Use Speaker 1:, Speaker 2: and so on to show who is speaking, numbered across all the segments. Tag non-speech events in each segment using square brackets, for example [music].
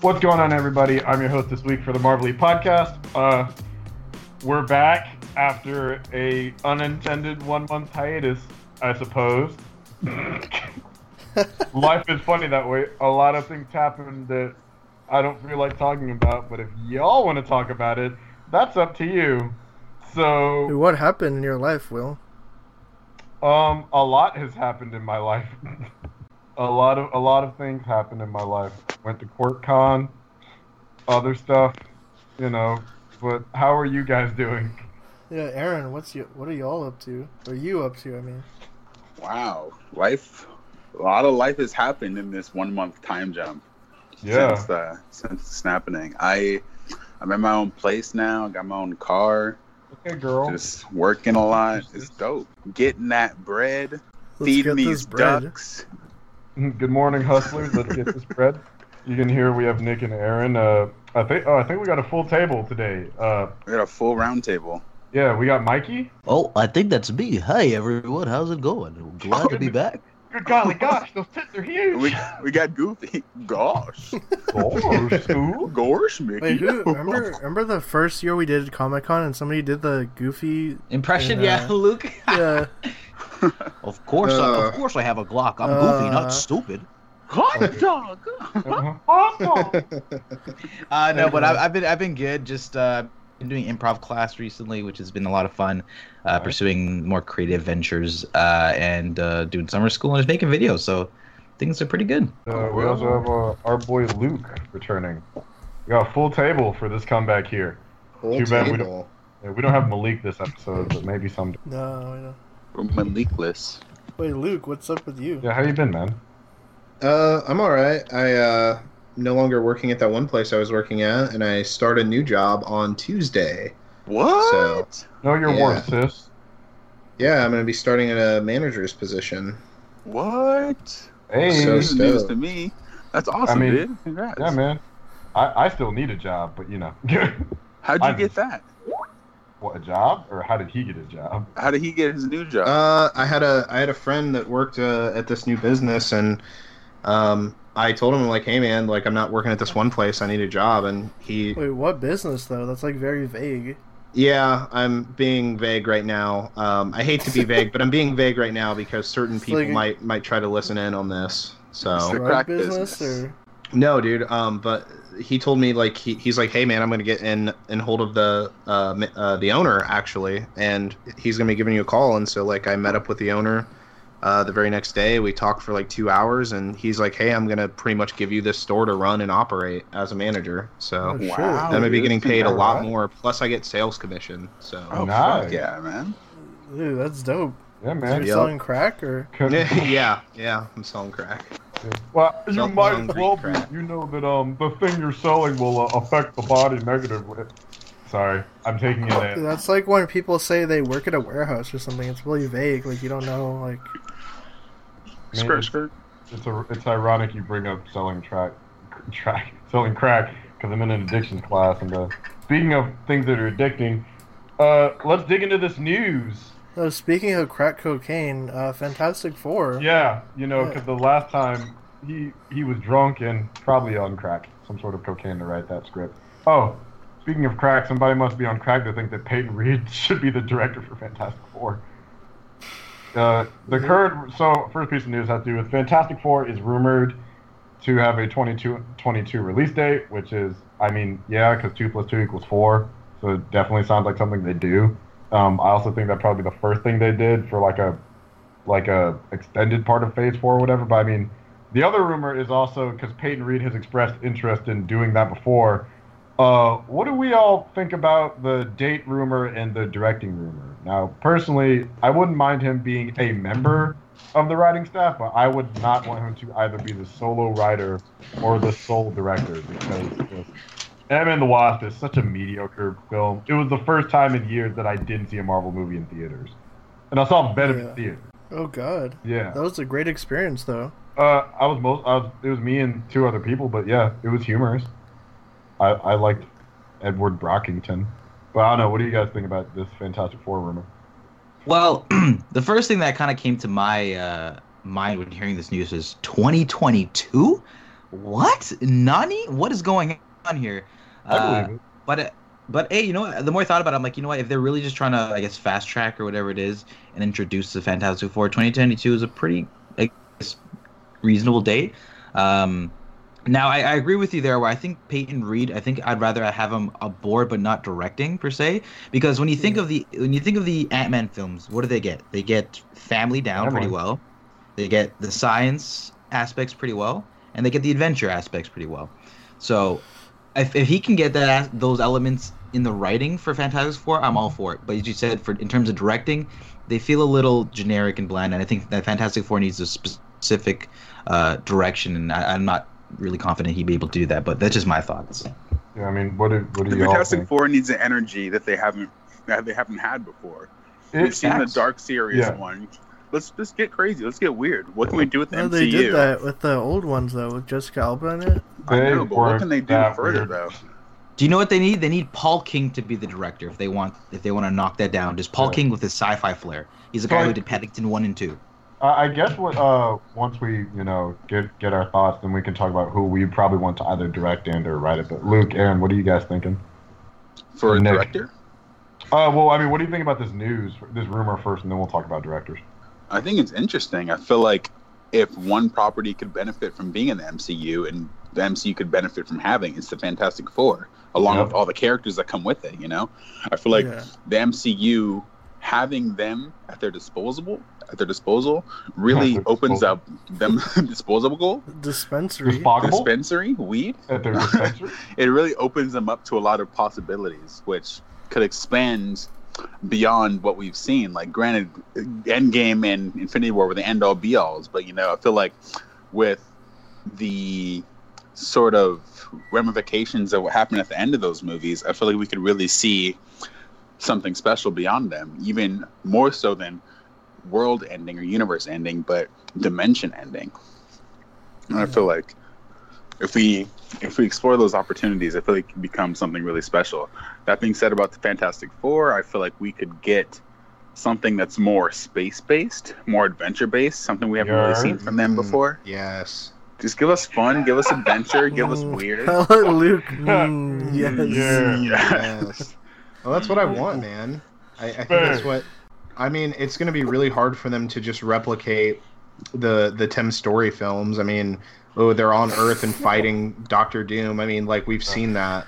Speaker 1: What's going on, everybody? I'm your host this week for the Marvel League podcast. Uh, we're back after a unintended one month hiatus, I suppose.
Speaker 2: [laughs]
Speaker 1: Life is funny that way. A lot of things happen that I don't feel like talking about, but if y'all want to talk about it, that's up to you. So,
Speaker 2: What happened in your life, Will?
Speaker 1: um, a lot has happened in my life. [laughs] a lot of a lot of things happened in my life. Went to QuirtCon, other stuff, you know. But how are you guys doing?
Speaker 2: Yeah, Aaron, what's you? What are y'all up to? Or you up to? I mean,
Speaker 3: Wow, life. A lot of life has happened in this one month time jump
Speaker 1: Yeah,
Speaker 3: since uh, since it's happening. I I'm in my own place now. I got my own car.
Speaker 1: okay, girl.
Speaker 3: Just working a lot. It's dope. Getting that bread. feeding these ducks.
Speaker 1: [laughs] Good morning, hustlers. Let's get this
Speaker 3: [laughs]
Speaker 1: bread. You can hear we have Nick and Aaron. Uh, I think oh, I think we got a full table today. Uh,
Speaker 3: We got a full round table.
Speaker 1: yeah, we got Mikey.
Speaker 4: Oh, I think that's me. Hey, everyone, how's it going? Glad to be back.
Speaker 1: Good golly gosh, those tits are huge.
Speaker 3: We we got Goofy. [laughs] Gosh, [laughs]
Speaker 1: Gosh, ooh.
Speaker 3: gosh, Mickey.
Speaker 2: Wait, who? Remember, remember the first year we did Comic Con and somebody did the Goofy?
Speaker 5: Impression,
Speaker 2: And,
Speaker 5: yeah, [laughs]
Speaker 2: uh,
Speaker 5: Luke.
Speaker 2: Yeah,
Speaker 4: Of course, I,
Speaker 3: Uh,
Speaker 4: of course, I have a Glock. I'm
Speaker 2: uh,
Speaker 4: goofy, not stupid.
Speaker 5: Hot dog.
Speaker 1: Uh-huh. Awesome.
Speaker 5: Uh, no, but I've, I've been I've been good. Just uh, been doing improv class recently, which has been a lot of fun. Uh,
Speaker 1: Alright.
Speaker 5: Pursuing more creative ventures uh, and uh, doing summer school and just making videos. So things are pretty good.
Speaker 1: Uh, we also have uh, our boy Luke returning. We got a full table for this comeback here.
Speaker 6: Whole
Speaker 1: Too bad we
Speaker 6: table.
Speaker 1: Yeah, we don't have Malik this episode, but maybe someday.
Speaker 2: no, I know.
Speaker 3: We're Malikless.
Speaker 2: Wait, Luke, what's up with you?
Speaker 1: Yeah, how you been, man?
Speaker 6: Uh, I'm all right. I uh, no longer working at that one place I was working at, and I start a new job on Tuesday.
Speaker 3: What?
Speaker 1: No, you're
Speaker 6: Yeah.
Speaker 1: warm, sis.
Speaker 6: Yeah, I'm gonna be starting at a manager's position.
Speaker 3: What?
Speaker 1: Hey,
Speaker 6: So
Speaker 3: this is news
Speaker 6: stoked.
Speaker 3: to me. That's awesome,
Speaker 1: mean,
Speaker 3: dude. Congrats.
Speaker 1: yeah, man. I, I still need a job, but you know, [laughs]
Speaker 3: How'd you
Speaker 1: I'm-
Speaker 3: get that?
Speaker 1: what a job, or how did he get a job?
Speaker 3: How did he get his new job?
Speaker 6: Uh, I had a I had a friend that worked uh, at this new business, and um, I told him like, hey man, like I'm not working at this one place. I need a job, and he,
Speaker 2: Wait, what business though? That's like very vague.
Speaker 6: yeah, I'm being vague right now. Um, I hate to be vague, but I'm being vague right now because certain
Speaker 2: It's
Speaker 6: people
Speaker 2: like-
Speaker 6: might might try to listen in on this. So
Speaker 3: It's like-
Speaker 2: Drug
Speaker 3: crack
Speaker 2: business,
Speaker 3: business.
Speaker 2: or
Speaker 6: No, dude. Um, but he told me like he, he's like, hey man, I'm gonna get in in hold of the uh, ma- uh the owner actually, and he's gonna be giving you a call. And so like I met up with the owner, uh, the very next day. We talked for like two hours, and he's like, hey, I'm gonna pretty much give you this store to run and operate as a manager. So
Speaker 2: Oh,
Speaker 1: Um,
Speaker 2: shit.
Speaker 3: Wow.
Speaker 6: I'm gonna be
Speaker 3: dude.
Speaker 6: getting paid a lot
Speaker 1: Alright.
Speaker 6: more. Plus I get sales commission. So
Speaker 3: Oh,
Speaker 1: Nice.
Speaker 3: fuck yeah, man.
Speaker 2: dude, that's dope.
Speaker 1: Yeah,
Speaker 2: Are you
Speaker 1: man.
Speaker 6: Yep.
Speaker 2: selling crack or?
Speaker 6: [laughs] yeah, yeah, I'm selling crack.
Speaker 1: Well, you
Speaker 6: Something
Speaker 1: might
Speaker 6: on
Speaker 1: as
Speaker 6: Greek
Speaker 1: well be.
Speaker 6: crap.
Speaker 1: You know that um the thing you're selling will uh, affect the body negatively. Sorry, I'm taking it
Speaker 2: Dude,
Speaker 1: in.
Speaker 2: that's like when people say they work at a warehouse or something. It's really vague. Like you don't know. Like
Speaker 1: Man,
Speaker 3: Skirt, skirt.
Speaker 1: It's a, it's ironic you bring up selling track, [laughs] track selling crack because I'm in an addiction class. And uh, speaking of things that are addicting, uh, let's dig into this news.
Speaker 2: Oh, speaking of crack cocaine, uh, Fantastic Four.
Speaker 1: Yeah, you know, because the last time he he was drunk and probably on crack, some sort of cocaine to write that script. Oh, speaking of crack, somebody must be on crack to think that Peyton Reed [laughs] should be the director for Fantastic Four. Uh, the current so first piece of news has to do with Fantastic Four is rumored to have a 22, 22 release date, which is I mean yeah, because two plus two equals four, so it definitely sounds like something they do. Um, I also think that probably the first thing they did for like a like a extended part of Phase Four or whatever. But I mean, the other rumor is also because Peyton Reed has expressed interest in doing that before. Uh, what do we all think about the date rumor and the directing rumor? Now, personally, I wouldn't mind him being a member of the writing staff, but I would not want him to either be the solo writer or the sole director because just Ant-Man and the Wasp is such a mediocre film. It was the first time in years that I didn't see a Marvel movie in theaters. And I saw Venom
Speaker 2: Yeah.
Speaker 1: in theaters.
Speaker 2: Oh God,
Speaker 1: Yeah.
Speaker 2: that was a great experience though.
Speaker 1: Uh, I was most. I was, it was me and two other people, but yeah, it was humorous. I, I liked Edward Brockington, but I don't know. What do you guys think about this Fantastic Four rumor?
Speaker 5: Well, [clears throat] the first thing that kind of came to my uh, mind when hearing this news is 2022. what Nani? What is going on here?
Speaker 1: I
Speaker 5: Uh,
Speaker 1: believe it.
Speaker 5: but uh, but hey, you know what? The more I thought about it, I'm like, you know what? If they're really just trying to, I guess, fast track or whatever it is, and introduce the Fantastic Four, 2022 is a pretty I guess, reasonable date. Um, now I, I agree with you there. Where I think Peyton Reed, I think I'd rather have him aboard but not directing per se, because when you think of the when you think of the Ant Man films, what do they get? They get family down
Speaker 1: Family.
Speaker 5: pretty well. They get the science aspects pretty well, and they get the adventure aspects pretty well. So if, if he can get that those elements in the writing for Fantastic Four, I'm all for it. But as you said, for in terms of directing, they feel a little generic and bland, and I think that Fantastic Four needs a specific uh, direction, and I, I'm not really confident he'd be able to do that. But that's just my thoughts.
Speaker 1: Yeah, I mean, what do, what do
Speaker 3: The
Speaker 1: you all
Speaker 3: Fantastic
Speaker 1: think?
Speaker 3: Four needs an energy that they haven't that they haven't had before. We've
Speaker 1: It,
Speaker 3: seen the Dark Series
Speaker 1: Yeah.
Speaker 3: one. Let's let's get crazy. Let's get weird. What can we do with the
Speaker 2: No,
Speaker 3: MCU?
Speaker 2: they did that with the old ones though, with Jessica Alba in it.
Speaker 3: I
Speaker 1: They
Speaker 3: know, but what
Speaker 1: were
Speaker 3: can they do
Speaker 1: that
Speaker 3: further
Speaker 1: weird.
Speaker 3: though?
Speaker 5: Do you know what they need? They need Paul King to be the director if they want if they want to knock that down. Just Paul
Speaker 1: Yeah.
Speaker 5: King with his sci-fi flair. He's a
Speaker 1: So
Speaker 5: guy
Speaker 1: I-
Speaker 5: who did Paddington one and two.
Speaker 1: I I guess what uh once we you know get get our thoughts, then we can talk about who we probably want to either direct and or write it. But Luke, Aaron, what are you guys thinking?
Speaker 3: For a
Speaker 1: Nick.
Speaker 3: director?
Speaker 1: Uh, well, I mean, what do you think about this news, this rumor first, and then we'll talk about directors.
Speaker 3: I think it's interesting. I feel like if one property could benefit from being in the MCU and the MCU could benefit from having, it's the Fantastic Four, along
Speaker 1: Yep.
Speaker 3: with all the characters that come with it, you know? I feel like
Speaker 2: yeah.
Speaker 3: the MCU having them at their disposable at their disposal really
Speaker 1: At their
Speaker 3: opens
Speaker 1: disposal.
Speaker 3: up them [laughs] disposable goal
Speaker 2: dispensary.
Speaker 1: Dispoggable
Speaker 3: dispensary weed
Speaker 1: at their dispensary.
Speaker 3: it really opens them up to a lot of possibilities, which could expand beyond what we've seen. Like, granted, Endgame and Infinity War were the end all be alls, but you know, I feel like with the sort of ramifications of what happened at the end of those movies, I feel like we could really see something special beyond them, even more so than world ending or universe ending, but dimension ending. And I feel like if we if we explore those opportunities, I feel like it can become something really special. That being said, about the Fantastic Four, I feel like we could get something that's more space based, more adventure based, something we haven't really
Speaker 1: Yeah.
Speaker 3: seen from them
Speaker 6: Mm.
Speaker 3: before.
Speaker 6: Yes.
Speaker 3: Just give us fun, give us adventure, give
Speaker 6: [laughs]
Speaker 3: us
Speaker 2: Mm.
Speaker 3: weird.
Speaker 2: Hello, [laughs] Luke. Mm, yes.
Speaker 1: Yeah.
Speaker 6: Yes. [laughs] well, that's what I want, man. I, I think that's what. I mean, it's going to be really hard for them to just replicate the the Tim Story films. I mean, oh, they're on Earth and fighting Doctor Doom. I mean, like we've seen that.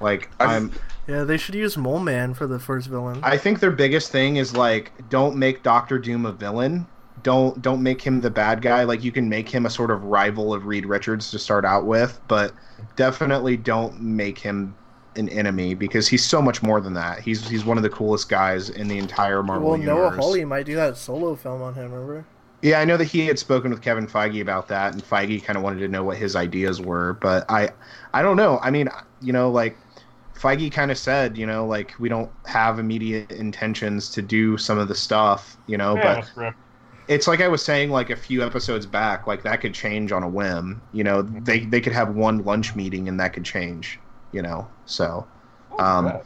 Speaker 6: Like
Speaker 3: I-
Speaker 6: I'm,
Speaker 2: Yeah, they should use Mole Man for the first villain.
Speaker 6: I think their biggest thing is like, don't make Doctor Doom a villain. Don't don't make him the bad guy. Like you can make him a sort of rival of Reed Richards to start out with, but definitely don't make him an enemy because he's so much more than that. He's he's one of the coolest guys in the entire Marvel
Speaker 2: well, Noah
Speaker 6: universe.
Speaker 2: Hawley might do that solo film on him. Remember?
Speaker 6: Yeah, I know that he had spoken with Kevin Feige about that, and Feige kind of wanted to know what his ideas were. But I, I don't know. I mean, you know, like Feige kind of said, you know, like we don't have immediate intentions to do some of the stuff, you know.
Speaker 1: yeah,
Speaker 6: But
Speaker 1: a script.
Speaker 6: it's like I was saying, like a few episodes back, like that could change on a whim. You know, they they could have one lunch meeting and that could change. You know, so um,
Speaker 1: Yeah.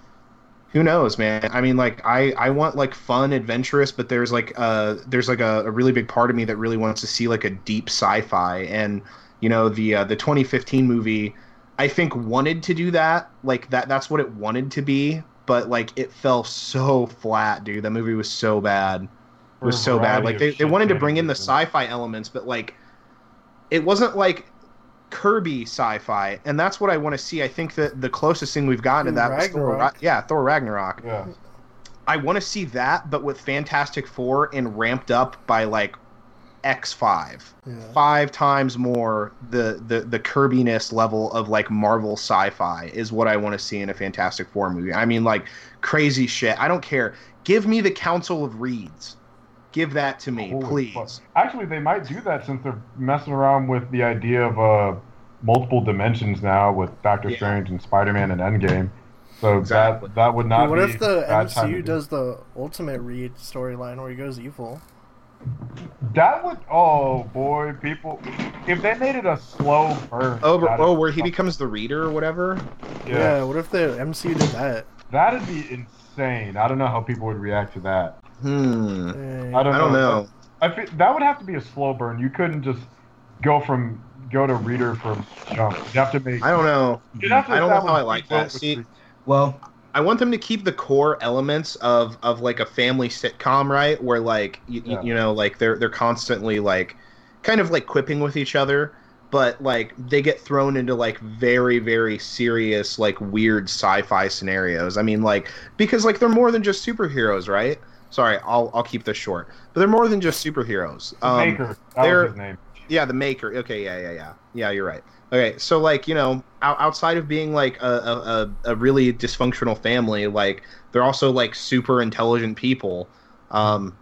Speaker 6: who knows man i mean like i i want like fun adventurous but there's like uh there's like a, a really big part of me that really wants to see like a deep sci-fi and you know the uh, the 2015 movie i think wanted to do that like that that's what it wanted to be but like it fell so flat dude that movie was so bad it
Speaker 1: For
Speaker 6: was
Speaker 1: a
Speaker 6: so bad
Speaker 1: variety
Speaker 6: like
Speaker 1: of
Speaker 6: they, they
Speaker 1: shit
Speaker 6: wanted to
Speaker 1: that
Speaker 6: bring in the
Speaker 1: is-
Speaker 6: sci-fi elements but like it wasn't like Kirby sci-fi, and that's what I want to see. I think that the closest thing we've gotten to that was Thor, Ra-
Speaker 2: Ragnarok.
Speaker 6: yeah, Thor Ragnarok.
Speaker 1: Yeah.
Speaker 6: I want to see that, but with Fantastic Four and ramped up by like X five,
Speaker 2: Yeah.
Speaker 6: five times more the the the Kirbiness level of like Marvel sci-fi is what I want to see in a Fantastic Four movie. I mean, like crazy shit. I don't care. Give me the Council of Reeds. Give that to me,
Speaker 1: Holy
Speaker 6: please.
Speaker 1: fuck. Actually, they might do that since they're messing around with the idea of uh, multiple dimensions now with Doctor
Speaker 6: Yeah.
Speaker 1: Strange and Spider Man and Endgame. So
Speaker 6: Exactly.
Speaker 1: that that would not.
Speaker 2: Dude, what
Speaker 1: be
Speaker 2: if the
Speaker 1: a bad time to
Speaker 2: MCU
Speaker 1: do
Speaker 2: does the Ultimate Reed storyline where he goes evil?
Speaker 1: That would oh boy, people! If they made it a slow burn,
Speaker 6: Oh, but-
Speaker 1: that'd-
Speaker 6: oh, where he becomes the reader or whatever.
Speaker 1: yeah,
Speaker 2: what if the MCU did that?
Speaker 1: that'd be insane. I don't know how people would react to that.
Speaker 6: Hmm.
Speaker 2: Dang.
Speaker 1: I don't,
Speaker 6: I don't know.
Speaker 1: I feel, that would have to be a slow burn. You couldn't just go from go to reader for jump. You have to make.
Speaker 6: I don't know.
Speaker 1: you'd have to
Speaker 6: Mhm. I don't know
Speaker 1: establish
Speaker 6: how I like
Speaker 1: what
Speaker 6: that.
Speaker 1: was
Speaker 6: See,
Speaker 5: Well,
Speaker 6: I want them to keep the core elements of of like a family sitcom, right? Where like you,
Speaker 1: Yeah.
Speaker 6: you know, like they're they're constantly like kind of like quipping with each other, but like they get thrown into like very very serious like weird sci-fi scenarios. I mean, like because like they're more than just superheroes, right? Sorry, I'll I'll keep this short. But they're more than just superheroes.
Speaker 1: The
Speaker 6: Um,
Speaker 1: Maker. That
Speaker 6: there-
Speaker 1: was his name.
Speaker 6: yeah, the maker. Okay, yeah, yeah, yeah. Yeah, you're right. Okay, so like you know, out, outside of being like a, a, a, a really dysfunctional family, like they're also like super intelligent people. Um,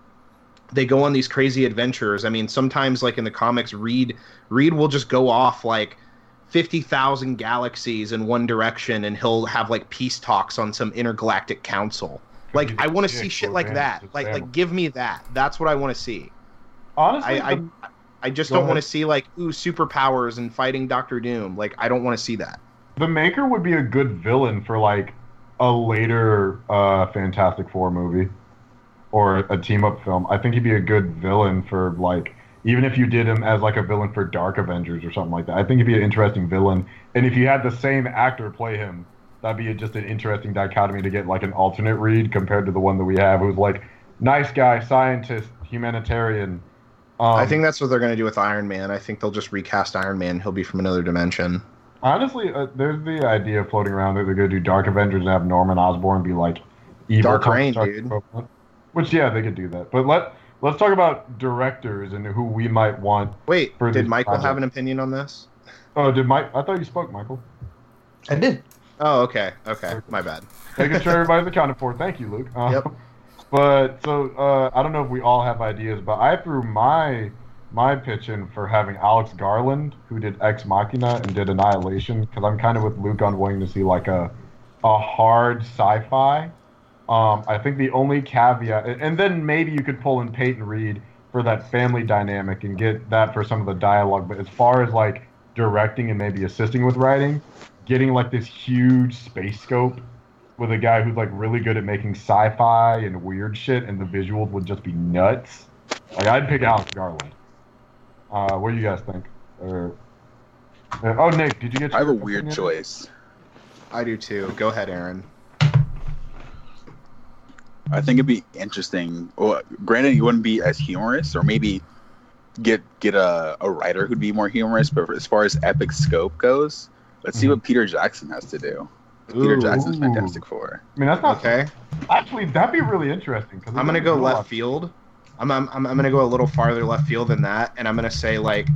Speaker 6: they go on these crazy adventures. I mean, sometimes like in the comics, Reed Reed will just go off like fifty thousand galaxies in one direction, and he'll have like peace talks on some intergalactic council. Like I want to see shit like that. Like like give me that. That's what I want to see.
Speaker 1: honestly,
Speaker 6: I, I,
Speaker 1: the-
Speaker 6: I just
Speaker 1: Go
Speaker 6: don't want to
Speaker 1: ahead.
Speaker 6: see like ooh superpowers and fighting Doctor Doom. Like I don't want to see that.
Speaker 1: the Maker would be a good villain for like a later uh, Fantastic Four movie or a team up film. I think he'd be a good villain for like even if you did him as like a villain for Dark Avengers or something like that. I think he'd be an interesting villain, and if you had the same actor play him, that'd be just an interesting dichotomy to get like an alternate read compared to the one that we have, who's like nice guy, scientist, humanitarian. Um,
Speaker 6: I think that's what they're gonna do with Iron Man. I think they'll just recast Iron Man. He'll be from another dimension.
Speaker 1: Honestly, uh, there's the idea floating around that they're going to do Dark Avengers and have Norman Osborn be like evil.
Speaker 6: Dark
Speaker 1: Tony
Speaker 6: Reign,
Speaker 1: Stark
Speaker 6: dude.
Speaker 1: equivalent. Which yeah, they could do that. But let let's talk about directors and who we might want.
Speaker 6: Wait,
Speaker 1: For
Speaker 6: did
Speaker 1: the
Speaker 6: Michael
Speaker 1: project.
Speaker 6: have an opinion on this?
Speaker 1: Oh, did Mike? I thought you spoke, Michael.
Speaker 5: I did.
Speaker 6: Oh, okay, okay, my bad.
Speaker 1: Making sure everybody's accounted for. Thank you, Luke. Um,
Speaker 6: Yep.
Speaker 1: [laughs] But so uh, I don't know if we all have ideas, but I threw my my pitch in for having Alex Garland, who did Ex Machina and did Annihilation, because I'm kind of with Luke on wanting to see like a a hard sci-fi. Um, I think the only caveat, and- and then maybe you could pull in Peyton Reed for that family dynamic and get that for some of the dialogue. But as far as like directing and maybe assisting with writing, getting like this huge space scope with a guy who's like really good at making sci-fi and weird shit, and the visuals would just be nuts. Like I'd pick Alex Garland. Uh, what do you guys think? Or, uh, oh, Nick, did you get?
Speaker 3: I have a
Speaker 1: your
Speaker 3: weird
Speaker 1: opinion?
Speaker 3: choice.
Speaker 6: I do too. Go ahead, Aaron.
Speaker 3: I think it'd be interesting. Well, granted, you wouldn't be as humorous, or maybe get get a, a writer who'd be more humorous. But as far as epic scope goes, let's see
Speaker 6: Mm-hmm.
Speaker 3: what Peter Jackson has to do. Peter
Speaker 6: Ooh,
Speaker 3: Jackson's
Speaker 1: Ooh.
Speaker 3: Fantastic Four.
Speaker 1: I mean, that's not
Speaker 6: okay,
Speaker 1: Actually, that'd be really interesting. 'cause
Speaker 6: I'm gonna go
Speaker 1: there's a lot-
Speaker 6: left field. I'm, I'm I'm I'm gonna go a little farther left field than that, and I'm gonna say like,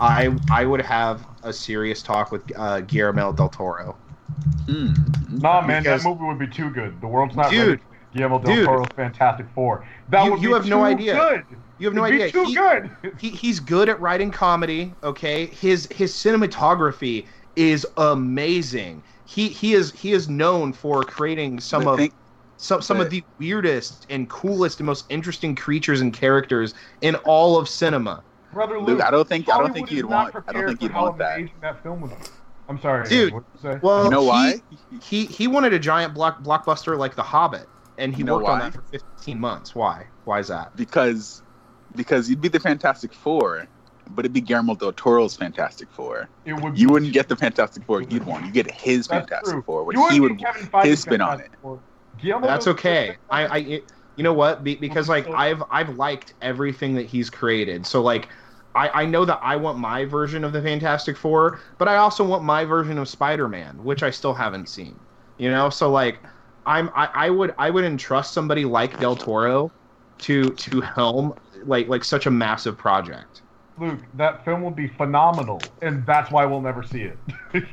Speaker 6: I I would have a serious talk with uh, Guillermo del Toro.
Speaker 3: Hmm.
Speaker 1: Nah, man,
Speaker 6: Because-
Speaker 1: that movie would be too good. The world's not
Speaker 6: Dude,
Speaker 1: ready. Guillermo del
Speaker 6: dude.
Speaker 1: Toro's Fantastic Four. That
Speaker 6: You-
Speaker 1: would
Speaker 6: you
Speaker 1: be
Speaker 6: have no
Speaker 1: too
Speaker 6: idea.
Speaker 1: Good.
Speaker 6: You have no
Speaker 1: It'd
Speaker 6: idea.
Speaker 1: Be too
Speaker 6: He-
Speaker 1: good. [laughs]
Speaker 6: he, he's good at writing comedy okay his his cinematography is amazing he he is he is known for creating some
Speaker 3: I
Speaker 6: of
Speaker 3: think-
Speaker 6: some, some of
Speaker 3: but-
Speaker 6: the weirdest and coolest and most interesting creatures and characters in all of cinema
Speaker 1: Brother Luke,
Speaker 3: Luke, I don't think I don't
Speaker 1: Hollywood
Speaker 3: think
Speaker 1: is not
Speaker 3: you'd want. I don't
Speaker 1: prepared
Speaker 3: think
Speaker 1: for
Speaker 3: you'd
Speaker 1: how
Speaker 3: want that.
Speaker 1: amazing that film would be. I'm sorry,
Speaker 6: Dude,
Speaker 1: Aaron, what'd you say?
Speaker 6: well
Speaker 3: You know
Speaker 6: he-
Speaker 3: why?
Speaker 6: he he wanted a giant block blockbuster like the hobbit and he
Speaker 3: You know
Speaker 6: worked on
Speaker 3: why?
Speaker 6: that for 15 months why why is that
Speaker 3: Because because you'd be the Fantastic Four, but it'd be Guillermo del Toro's Fantastic Four.
Speaker 1: it would.
Speaker 3: You wouldn't get the Fantastic Four you'd want. You get his
Speaker 1: That's
Speaker 3: Fantastic
Speaker 1: true.
Speaker 3: Four, which
Speaker 1: You wouldn't
Speaker 3: he
Speaker 1: get
Speaker 3: would
Speaker 1: Kevin Feige's
Speaker 3: his spin on
Speaker 1: Fantastic Four. Guillermo
Speaker 6: That's
Speaker 1: del Toro's
Speaker 6: okay. I, I, it- you know what? Be, because like
Speaker 1: Oh, Okay.
Speaker 6: I've I've liked everything that he's created. So like, I I know that I want my version of the Fantastic Four, but I also want my version of Spider Man, which I still haven't seen. You know, so like, I'm I, I would I would entrust somebody like Del Toro to to helm like like such a massive project.
Speaker 1: Luke, that film would be phenomenal, and that's why we'll never see it.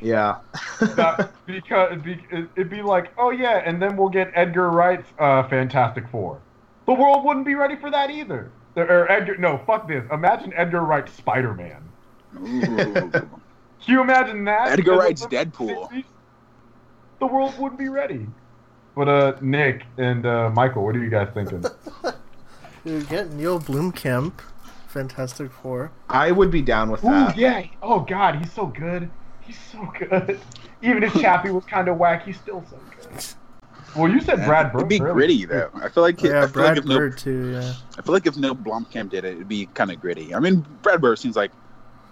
Speaker 6: Yeah.
Speaker 1: that, because it'd be, it'd be like, oh yeah, and then we'll get Edgar Wright's uh, Fantastic Four. The world wouldn't be ready for that either. Or, or Edgar, no, fuck this. Imagine Edgar Wright's Spider Man.
Speaker 3: it. Ooh.
Speaker 1: Can you imagine that?
Speaker 3: Edgar
Speaker 1: In the
Speaker 3: Wright's
Speaker 1: fucking
Speaker 3: Deadpool.
Speaker 1: 60s? The world wouldn't be ready. But uh, Nick and uh, Michael, what are you guys thinking?
Speaker 2: Dude, get Neil Blomkamp, Fantastic Four.
Speaker 6: I would be down with that.
Speaker 1: Ooh, yeah. Oh God, he's so good. He's so good. [laughs] Even if Chappie was kind of whack, he's still so good. Well, you said Brad Bird.
Speaker 3: It'd be gritty though. I feel like
Speaker 2: Oh, yeah,
Speaker 3: I feel like
Speaker 2: Brad
Speaker 3: if no
Speaker 2: Bird too. Yeah.
Speaker 3: I feel like if no Blomkamp did it, it'd be kind of gritty. I mean, Brad Bird seems like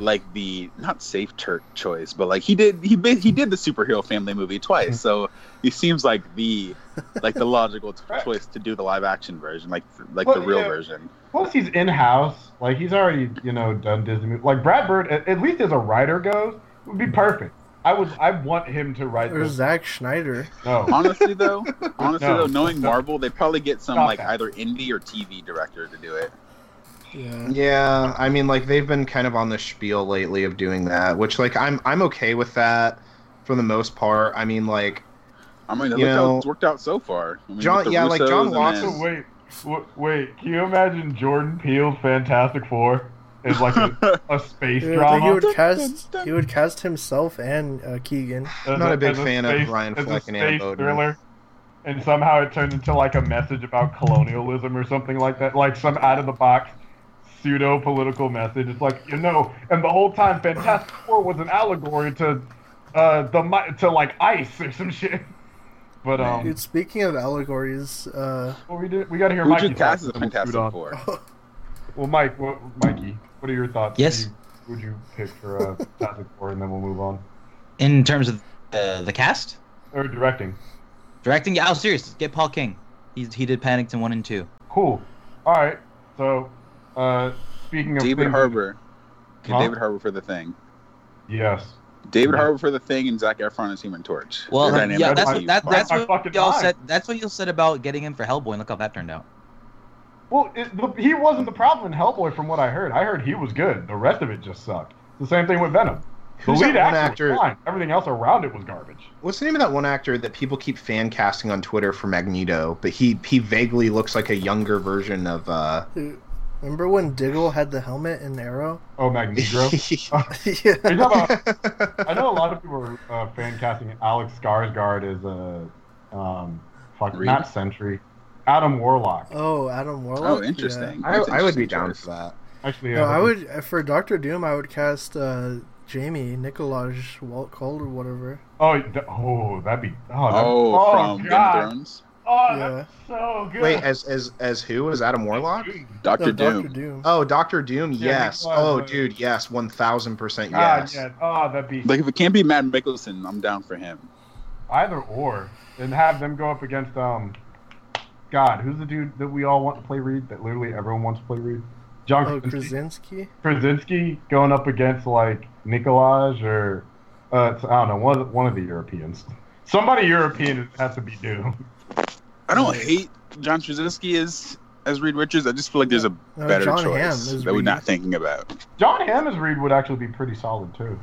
Speaker 3: like the not safe ter- choice, but like he did he ba- he did the superhero family movie
Speaker 1: Hmm.
Speaker 3: twice, so he seems like the like [laughs] the logical t-
Speaker 1: Right.
Speaker 3: choice to do the live action version, like like
Speaker 1: Well,
Speaker 3: the real
Speaker 1: yeah.
Speaker 3: version.
Speaker 1: Plus, he's in house. Like he's already, you know, done Disney. Movies. Like Brad Bird, at, at least as a writer goes, would be perfect. I would. I want him to write
Speaker 2: Or
Speaker 1: this.
Speaker 2: Zack Schneider.
Speaker 1: No,
Speaker 3: Honestly though, honestly
Speaker 1: No.
Speaker 3: though, knowing Marvel, they probably get some
Speaker 1: Stop
Speaker 3: like
Speaker 1: that.
Speaker 3: either indie or TV director to do it.
Speaker 2: Yeah.
Speaker 6: Yeah, I mean, like they've been kind of on the spiel lately of doing that, which like I'm I'm okay with that for the most part. I mean, like
Speaker 3: I mean, look
Speaker 6: You
Speaker 3: how
Speaker 6: know-
Speaker 3: it's worked out so far. I mean,
Speaker 6: John-
Speaker 3: with the
Speaker 6: yeah, like
Speaker 3: Russos
Speaker 6: John
Speaker 3: and
Speaker 6: Watson-
Speaker 3: then-
Speaker 1: wait, w- wait. Can you imagine Jordan Peele's Fantastic Four as like a,
Speaker 2: [laughs]
Speaker 1: a space
Speaker 2: Dude, I think he
Speaker 1: drama?
Speaker 2: would cast he would cast himself and uh, Keegan.
Speaker 1: As
Speaker 6: not a big
Speaker 1: as
Speaker 6: fan of Ryan
Speaker 1: as a
Speaker 6: Fleck and Anna
Speaker 1: space
Speaker 6: Boden.
Speaker 1: thriller, and somehow it turned into like a message about colonialism or something like that, like some out of the box pseudo political message. It's like you know, and the whole time Fantastic Four was an allegory to uh, the mi- to like ice or some shit. But
Speaker 6: Oh.
Speaker 1: um,
Speaker 2: Dude, speaking of allegories, uh, [laughs]
Speaker 1: well, we did we got to hear
Speaker 3: Who'd you
Speaker 1: Mikey.
Speaker 3: cast as a
Speaker 1: Fantastic
Speaker 3: Fantastic Four?
Speaker 1: Well, Mike, what, Mikey, what are your thoughts?
Speaker 5: Yes.
Speaker 1: Would you, would you pick for uh, Fantastic Four, and then we'll move on?
Speaker 5: In terms of uh, the the cast,
Speaker 1: Or directing?
Speaker 5: directing. Yeah, oh, serious. Get Paul King. He's he did Paddington one and two.
Speaker 1: Cool. All right. So, uh, speaking of
Speaker 3: David
Speaker 1: things-
Speaker 3: Harbour. Get
Speaker 1: Huh?
Speaker 3: David Harbour for the thing.
Speaker 1: Yes.
Speaker 3: David
Speaker 1: Yeah.
Speaker 3: Harbour for the thing and Zach Efron as Human Torch.
Speaker 5: Well, uh,
Speaker 3: Their dynamic
Speaker 5: yeah, that's
Speaker 1: my-
Speaker 3: duo.
Speaker 5: that,
Speaker 1: my-
Speaker 5: that's
Speaker 1: my fucking
Speaker 5: what y'all
Speaker 1: mind.
Speaker 5: said. That's what you said about getting him for Hellboy. and Look how that turned out.
Speaker 1: Well, it, the, he wasn't the problem in Hellboy, from what I heard. I heard he was good. The rest of it just sucked. The same thing with Venom. The
Speaker 6: who's
Speaker 1: lead
Speaker 6: that one
Speaker 1: actor,
Speaker 6: actor?
Speaker 1: was fine. Everything else around it was garbage.
Speaker 6: What's the name of that one actor that people keep fan casting on Twitter for Magneto? But he he vaguely looks like a younger version of. uh
Speaker 2: remember when Diggle had the helmet and arrow? [laughs]
Speaker 1: Oh,
Speaker 3: [laughs]
Speaker 1: Magneto.
Speaker 6: [laughs]
Speaker 2: yeah.
Speaker 1: Are you talking about- I know a lot of people are uh, fan casting Alex Skarsgård as a um, fuck,
Speaker 3: Reed?
Speaker 1: not Sentry, Adam Warlock.
Speaker 2: Oh, Adam Warlock.
Speaker 3: Oh, interesting.
Speaker 6: I,
Speaker 3: That's
Speaker 6: I would be
Speaker 3: interesting
Speaker 6: down
Speaker 3: choice.
Speaker 6: for that.
Speaker 1: Actually, uh,
Speaker 2: Yeah. No, I would uh, for Doctor Doom. I would cast uh, Jamie Nicolaj Walt Cold or whatever.
Speaker 1: Oh, th- oh, that'd be. Oh, that'd-
Speaker 3: Oh,
Speaker 1: oh, God.
Speaker 3: from Game of Thrones?
Speaker 1: Oh,
Speaker 2: Yeah.
Speaker 1: that's so good.
Speaker 6: Wait, as as as who is Adam Warlock?
Speaker 3: Doctor
Speaker 2: no,
Speaker 3: Doom.
Speaker 2: Doctor Doom.
Speaker 6: Oh, Doctor Doom.
Speaker 1: Yeah,
Speaker 6: yes.
Speaker 1: Nick Lodge,
Speaker 6: Oh,
Speaker 1: but-
Speaker 6: dude. Yes. One thousand percent.
Speaker 1: God,
Speaker 6: Yes.
Speaker 1: yes. Oh, that'd be
Speaker 3: Like, if it can't be Matt Mickelson, I'm down for him.
Speaker 1: either or, and have them go up against um, God, who's the dude that we all want to play Reed? That literally everyone wants to play Reed. John
Speaker 2: Oh,
Speaker 1: Krasinski,
Speaker 2: Krasinski.
Speaker 1: Krasinski going up against like Nikolaj or uh, it's- I don't know one of- one of the Europeans. Somebody European has to be Doom.
Speaker 3: I don't hate John Straczynski as, as Reed Richards. I just feel like there's a
Speaker 2: No,
Speaker 3: better
Speaker 2: John Hamm
Speaker 3: choice
Speaker 2: Uh, is
Speaker 3: that we're
Speaker 2: Reed.
Speaker 3: not thinking about.
Speaker 1: John Hamm as Reed would actually be pretty solid too.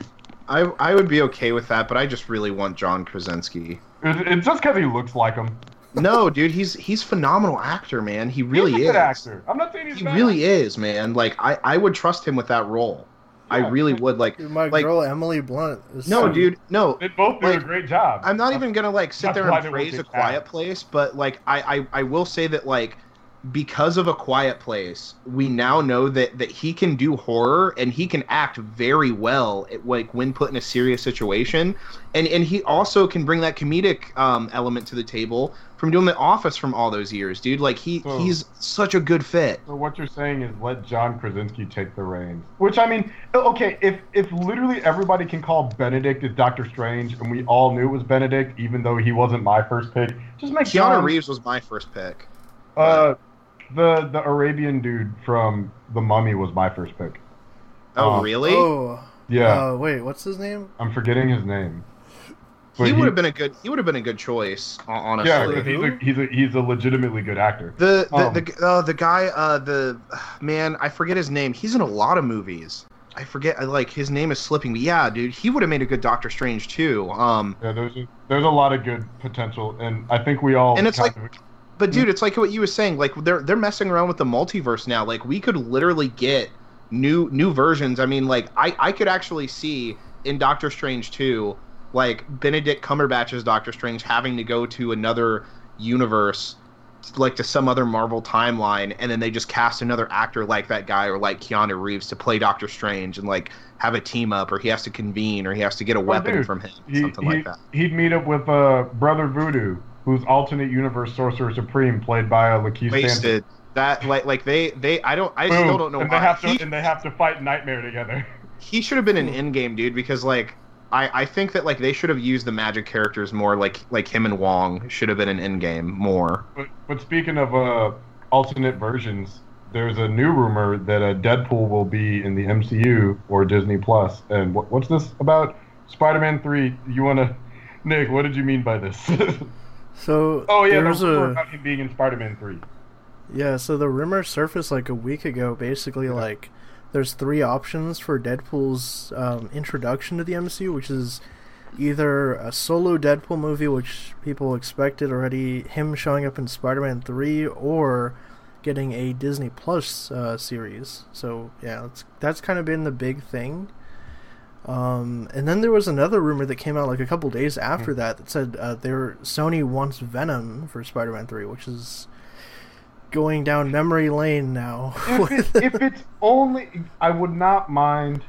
Speaker 6: I I would be okay with that, but I just really want John Krasinski.
Speaker 1: It's, it's just because he looks like him.
Speaker 6: No, dude. He's he's phenomenal actor, man. He really
Speaker 1: he's a
Speaker 6: is.
Speaker 1: good actor. I'm not saying he's
Speaker 6: He
Speaker 1: bad.
Speaker 6: really is, man. Like I I would trust him with that role. I
Speaker 1: Yeah.
Speaker 6: really would. Like
Speaker 2: Dude, my
Speaker 6: Like-
Speaker 2: girl Emily Blunt. Is
Speaker 6: no,
Speaker 2: so-
Speaker 6: dude. No,
Speaker 1: They both did a
Speaker 6: Like,
Speaker 1: great job.
Speaker 6: I'm not even gonna like sit
Speaker 1: That's
Speaker 6: there
Speaker 1: why
Speaker 6: and
Speaker 1: they
Speaker 6: praise
Speaker 1: won't get
Speaker 6: a quiet
Speaker 1: cast.
Speaker 6: place, but like I, I I will say that like because of a quiet place, we now know that that he can do horror and he can act very well at, like when put in a serious situation, and and he also can bring that comedic um, element to the table from doing The Office from all those years, dude. Like he
Speaker 1: So-
Speaker 6: he's such a good fit.
Speaker 1: So what you're saying is let John Krasinski take the reins. Which I mean, okay, if if literally everybody can call Benedict as Doctor Strange, and we all knew it was Benedict, even though he wasn't my first pick, just make
Speaker 6: Keanu
Speaker 1: John
Speaker 6: Reeves was my first pick.
Speaker 1: uh, the the Arabian dude from The Mummy was my first pick.
Speaker 6: Oh
Speaker 1: Oh.
Speaker 6: really?
Speaker 2: Oh.
Speaker 1: Yeah,
Speaker 2: Uh, wait, what's his name?
Speaker 1: I'm forgetting his name. But
Speaker 6: he would have been a good he would have been a good choice hon- honestly.
Speaker 1: Yeah, because he's a, he's a he's a legitimately good actor.
Speaker 6: The the
Speaker 1: Um,
Speaker 6: the, uh, the guy uh, the [sighs] man I forget his name. He's in a lot of movies. I forget I like his name is slipping me. Yeah, dude, he would have made a good Doctor Strange too. Um,
Speaker 1: Yeah, there's a, there's a lot of good potential, and I think we all
Speaker 6: And it's
Speaker 1: kind
Speaker 6: like- but
Speaker 1: Mm.
Speaker 6: dude, it's like what you were saying. Like they're they're messing around with the multiverse now. Like we could literally get new new versions. I mean, like I I could actually see in Doctor Strange two, like Benedict Cumberbatch's Doctor Strange having to go to another universe like to some other Marvel timeline, and then they just cast another actor like that guy or like Keanu Reeves to play Doctor Strange and like have a team up, or he has to convene, or he has to get a weapon
Speaker 1: Oh, dude,
Speaker 6: from him,
Speaker 1: he,
Speaker 6: something
Speaker 1: he,
Speaker 6: like that.
Speaker 1: He'd meet up with uh, Brother Voodoo, who's alternate universe sorcerer supreme, played by uh, Lakeith Stanfield.
Speaker 6: Wasted. That like like they they I don't I
Speaker 1: Boom.
Speaker 6: still don't know
Speaker 1: and
Speaker 6: why
Speaker 1: they have to
Speaker 6: He-
Speaker 1: and they have to fight Nightmare together. [laughs]
Speaker 6: he should have been an in game dude because like I, I think that like they should have used the magic characters more like like him and Wong should have been an in game more.
Speaker 1: But, but speaking of uh, alternate versions, there's a new rumor that a Deadpool will be in the MCU or Disney Plus. And what, what's this about? Spider-Man Three? You wanna, Nick? What did you mean by this? [laughs]
Speaker 2: So
Speaker 1: oh yeah,
Speaker 2: there
Speaker 1: there's
Speaker 2: was
Speaker 1: a rumor
Speaker 2: a
Speaker 1: about him being in Spider-Man Three.
Speaker 2: yeah. So the rumor surfaced like a week ago. Basically, like there's three options for Deadpool's um, introduction to the MCU, which is either a solo Deadpool movie, which people expected already, him showing up in Spider-Man Three, or getting a Disney Plus uh, series. So yeah, it's, that's kind of been the big thing. Um, and then there was another rumor that came out like a couple days after that that said uh, there Sony wants Venom for Spider-Man Three, which is going down memory lane now. [laughs]
Speaker 1: if,
Speaker 2: with-
Speaker 1: it, if it's only, I would not mind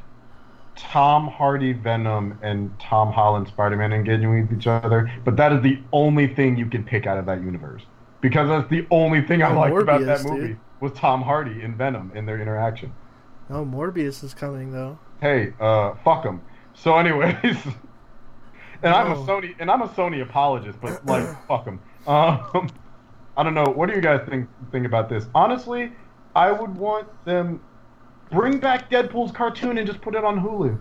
Speaker 1: Tom Hardy Venom and Tom Holland Spider Man engaging with each other, but that is the only thing you can pick out of that universe because that's the only thing I
Speaker 2: And
Speaker 1: liked about
Speaker 2: Morbius,
Speaker 1: that movie
Speaker 2: dude.
Speaker 1: was Tom Hardy and Venom and their interaction.
Speaker 2: oh, Morbius is coming though.
Speaker 1: Hey, uh, fuck them. So, anyways, [laughs] and I'm a
Speaker 2: No.
Speaker 1: Sony and I'm a Sony apologist, but like, fuck them. Um, I don't know. What do you guys think think about this? Honestly, I would want them bring back Deadpool's cartoon and just put it on Hulu.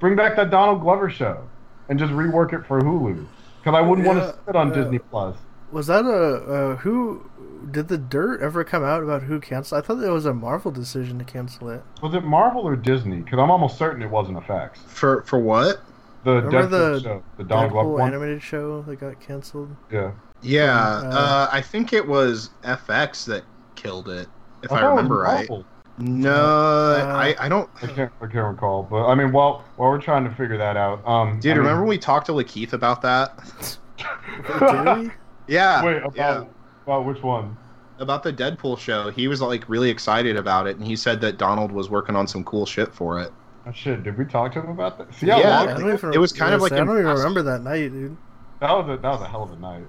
Speaker 1: Bring back that Donald Glover show and just rework it for Hulu because I wouldn't want
Speaker 2: Yeah,
Speaker 1: to sit on
Speaker 2: yeah.
Speaker 1: Disney Plus.
Speaker 2: Was that a uh, who? Did the dirt ever come out about who canceled? I thought it was a Marvel decision to cancel it.
Speaker 1: Was it Marvel or Disney? Because I'm almost certain it wasn't FX.
Speaker 6: For for what?
Speaker 1: The
Speaker 2: Remember
Speaker 1: Deadpool
Speaker 2: the
Speaker 1: show, the Donald Glover
Speaker 2: Deadpool
Speaker 1: one.
Speaker 2: animated show that got canceled.
Speaker 1: [laughs] Yeah,
Speaker 6: Yeah,
Speaker 2: Uh,
Speaker 6: uh, I think it was FX that killed it, if
Speaker 1: I
Speaker 6: I
Speaker 1: thought it was
Speaker 6: remember right.
Speaker 1: Marvel.
Speaker 6: No, I, I don't.
Speaker 1: I can't, I can't recall, but I mean, while while we're trying to figure that out, um,
Speaker 6: Dude,
Speaker 1: I mean-
Speaker 6: remember we talked to Lakeith about that?
Speaker 1: [laughs]
Speaker 2: Did we?
Speaker 6: yeah,
Speaker 1: Wait, about,
Speaker 6: yeah,
Speaker 1: about which one?
Speaker 6: about the Deadpool show. He was like really excited about it, and he said that Donald was working on some cool shit for it.
Speaker 1: Oh, shit, did we talk to him about that? See,
Speaker 6: Yeah,
Speaker 1: how
Speaker 6: I
Speaker 1: long-
Speaker 6: think
Speaker 2: don't even
Speaker 6: it was kind of like
Speaker 2: I don't
Speaker 6: an-
Speaker 2: even remember that night, dude.
Speaker 1: that was a that was a hell of a night.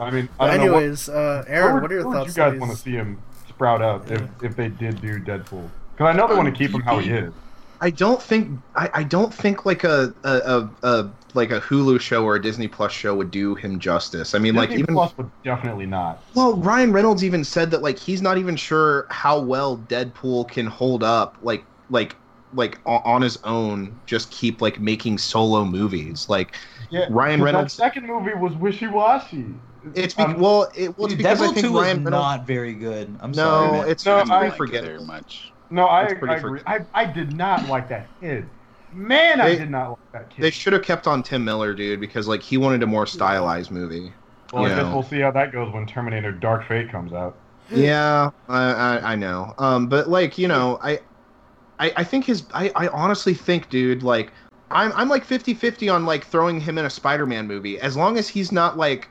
Speaker 1: I mean, I
Speaker 2: But
Speaker 1: don't know.
Speaker 2: anyways, uh, Aaron,
Speaker 1: where
Speaker 2: what are your
Speaker 1: where
Speaker 2: thoughts?
Speaker 1: Would you
Speaker 2: on
Speaker 1: guys want to
Speaker 2: these-
Speaker 1: see him sprout up if, if they did do Deadpool? Because I know they want to keep him how he is.
Speaker 6: I don't think I, I don't think like a, a, a, a like a Hulu show or a Disney Plus show would do him justice. I mean, like
Speaker 1: Disney
Speaker 6: even
Speaker 1: Plus would definitely not.
Speaker 6: well, Ryan Reynolds even said that like he's not even sure how well Deadpool can hold up like like like o- on his own. Just keep like making solo movies. Like
Speaker 1: Yeah,
Speaker 6: Ryan
Speaker 1: 'cause
Speaker 6: Reynolds-
Speaker 1: That second movie was Um, wishy washy.
Speaker 6: it's be-
Speaker 1: because
Speaker 6: well, it, well, it's because I
Speaker 5: Deadpool
Speaker 6: think
Speaker 5: Two
Speaker 6: Ryan
Speaker 5: is
Speaker 6: Reynolds.
Speaker 5: not very good. I'm sorry.
Speaker 6: no,
Speaker 5: man.
Speaker 6: it's
Speaker 1: No,
Speaker 6: it's
Speaker 1: I-
Speaker 6: pretty
Speaker 1: like
Speaker 3: very
Speaker 6: forgettable.
Speaker 3: much.
Speaker 1: no, I, I
Speaker 6: it's pretty
Speaker 1: agree. I, I did not like that kid. Man, I
Speaker 6: They-
Speaker 1: did not like that kid.
Speaker 6: They should have kept on Tim Miller, dude, because like he wanted a more stylized movie.
Speaker 1: Well, I
Speaker 6: Yeah.
Speaker 1: guess we'll see how that goes when Terminator Dark Fate comes out.
Speaker 6: yeah I, I i know um but like you know i i, I think his I, I honestly think dude like i'm i'm like 50 50 on like throwing him in a spider-man movie as long as he's not like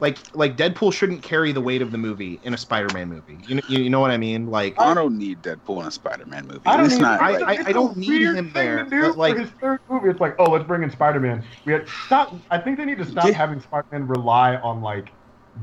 Speaker 6: like like deadpool shouldn't carry the weight of the movie in a spider-man movie you know, you, you know what i mean like
Speaker 3: I don't need Deadpool in a Spider-Man movie.
Speaker 1: I don't
Speaker 3: it's
Speaker 1: even,
Speaker 3: not.
Speaker 6: I-
Speaker 3: like,
Speaker 6: I- don't need
Speaker 1: weird
Speaker 6: him
Speaker 1: thing
Speaker 6: there,
Speaker 1: To do
Speaker 6: but, like-
Speaker 1: for his third movie, it's like, oh, let's bring in Spider-Man. We had stop. I think they need to stop
Speaker 3: Did-
Speaker 1: having Spider-Man rely on like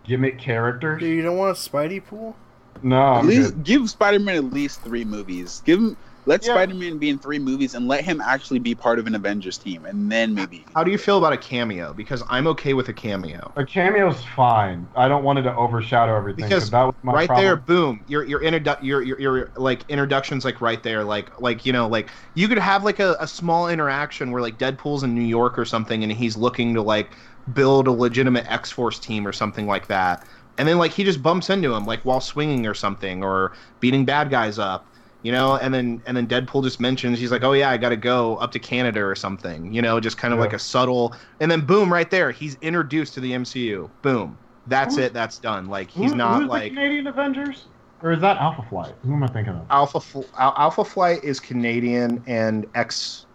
Speaker 1: gimmick characters.
Speaker 2: Dude, you don't want a Spidey pool?
Speaker 1: No,
Speaker 3: at
Speaker 1: I'm
Speaker 3: least,
Speaker 1: good.
Speaker 3: give Spider-Man at least three movies. Give him. Let
Speaker 1: Yeah.
Speaker 3: Spider-Man be in three movies and let him actually be part of an Avengers team, and then maybe.
Speaker 6: how do you feel about a cameo because i'm okay with a cameo
Speaker 1: a cameo's fine. I don't want it to overshadow everything.
Speaker 6: Because
Speaker 1: but that was my
Speaker 6: right
Speaker 1: problem.
Speaker 6: there, boom! Your your introdu- your, your your like introductions like right there, like like you know like you could have like a, a small interaction where like Deadpool's in New York or something, and he's looking to like build a legitimate X Force team or something like that, and then like he just bumps into him like while swinging or something or beating bad guys up, you know, and then and then Deadpool just mentions he's like, oh yeah, I got to go up to Canada or something, you know, just kind of
Speaker 1: Yeah.
Speaker 6: like a subtle, and then boom, right there, he's introduced to the MCU, boom. That's
Speaker 1: Who's-
Speaker 6: it. That's done. Like
Speaker 1: Who-
Speaker 6: he's not
Speaker 1: who's
Speaker 6: like
Speaker 1: the Canadian Avengers, or is that Alpha Flight? Who am I thinking of?
Speaker 6: Alpha Fl- Al- Alpha Flight is Canadian and Ex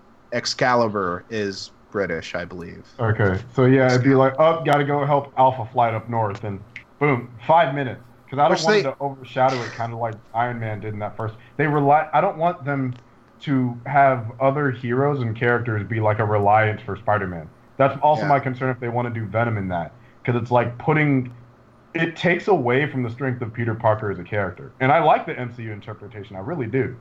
Speaker 6: Excalibur is British, I believe.
Speaker 1: Okay, so yeah, it'd be like, oh, gotta go help Alpha Flight up north, and boom, five minutes. Because I
Speaker 6: Which
Speaker 1: don't want
Speaker 6: they-
Speaker 1: them to overshadow it, kind of like Iron Man did in that first. They rely. I don't want them to have other heroes and characters be like a reliance for Spider-Man. That's also
Speaker 6: Yeah.
Speaker 1: my concern if they want to do Venom in that, because it's like putting. It takes away from the strength of Peter Parker as a character, and I like the MCU interpretation. I really do,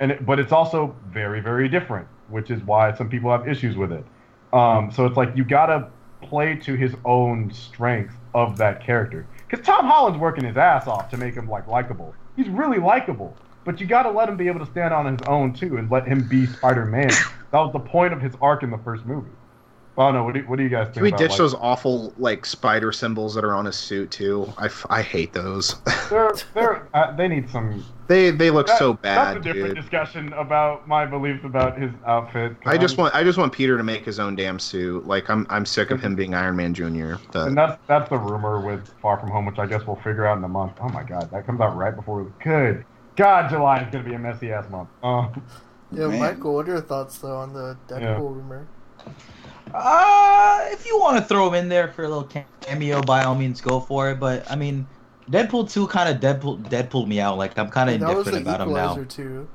Speaker 1: and it, but it's also very very different, which is why some people have issues with it. Um, so it's like you gotta play to his own strength of that character. Because Tom Holland's working his ass off to make him like likable. He's really likable, but you gotta let him be able to stand on his own too, and let him be Spider-Man. that was the point of his arc in the first movie. I don't know. What do, what do you guys think?
Speaker 6: Can we
Speaker 1: about,
Speaker 6: ditch
Speaker 1: like-
Speaker 6: those awful like spider symbols that are on his suit too? I, f- I hate those. [laughs]
Speaker 1: They're, they're, uh, they need some
Speaker 6: they they look
Speaker 1: That-
Speaker 6: so
Speaker 1: That's a
Speaker 6: bad,
Speaker 1: different
Speaker 6: dude.
Speaker 1: discussion about my beliefs about his outfit. 'cause
Speaker 6: I just
Speaker 1: I'm-
Speaker 6: want I just want Peter to make his own damn suit. Like I'm I'm sick of him being Iron Man Junior.
Speaker 1: and that's that's the rumor with Far From Home, which I guess we'll figure out in a month. Oh my God, that comes out right before. Good God, July is going to be a messy ass month. Uh,
Speaker 2: Yeah,
Speaker 3: Man.
Speaker 2: Michael, what are your thoughts though on the Deadpool
Speaker 1: Yeah.
Speaker 2: rumor?
Speaker 5: Uh, if you want to throw him in there for a little cameo, by all means, go for it. But I mean, Deadpool two kind of Deadpool Deadpooled me out. Like I'm kind of
Speaker 2: that was
Speaker 5: indifferent
Speaker 2: the
Speaker 5: about him
Speaker 2: equalizer
Speaker 5: now.
Speaker 2: too.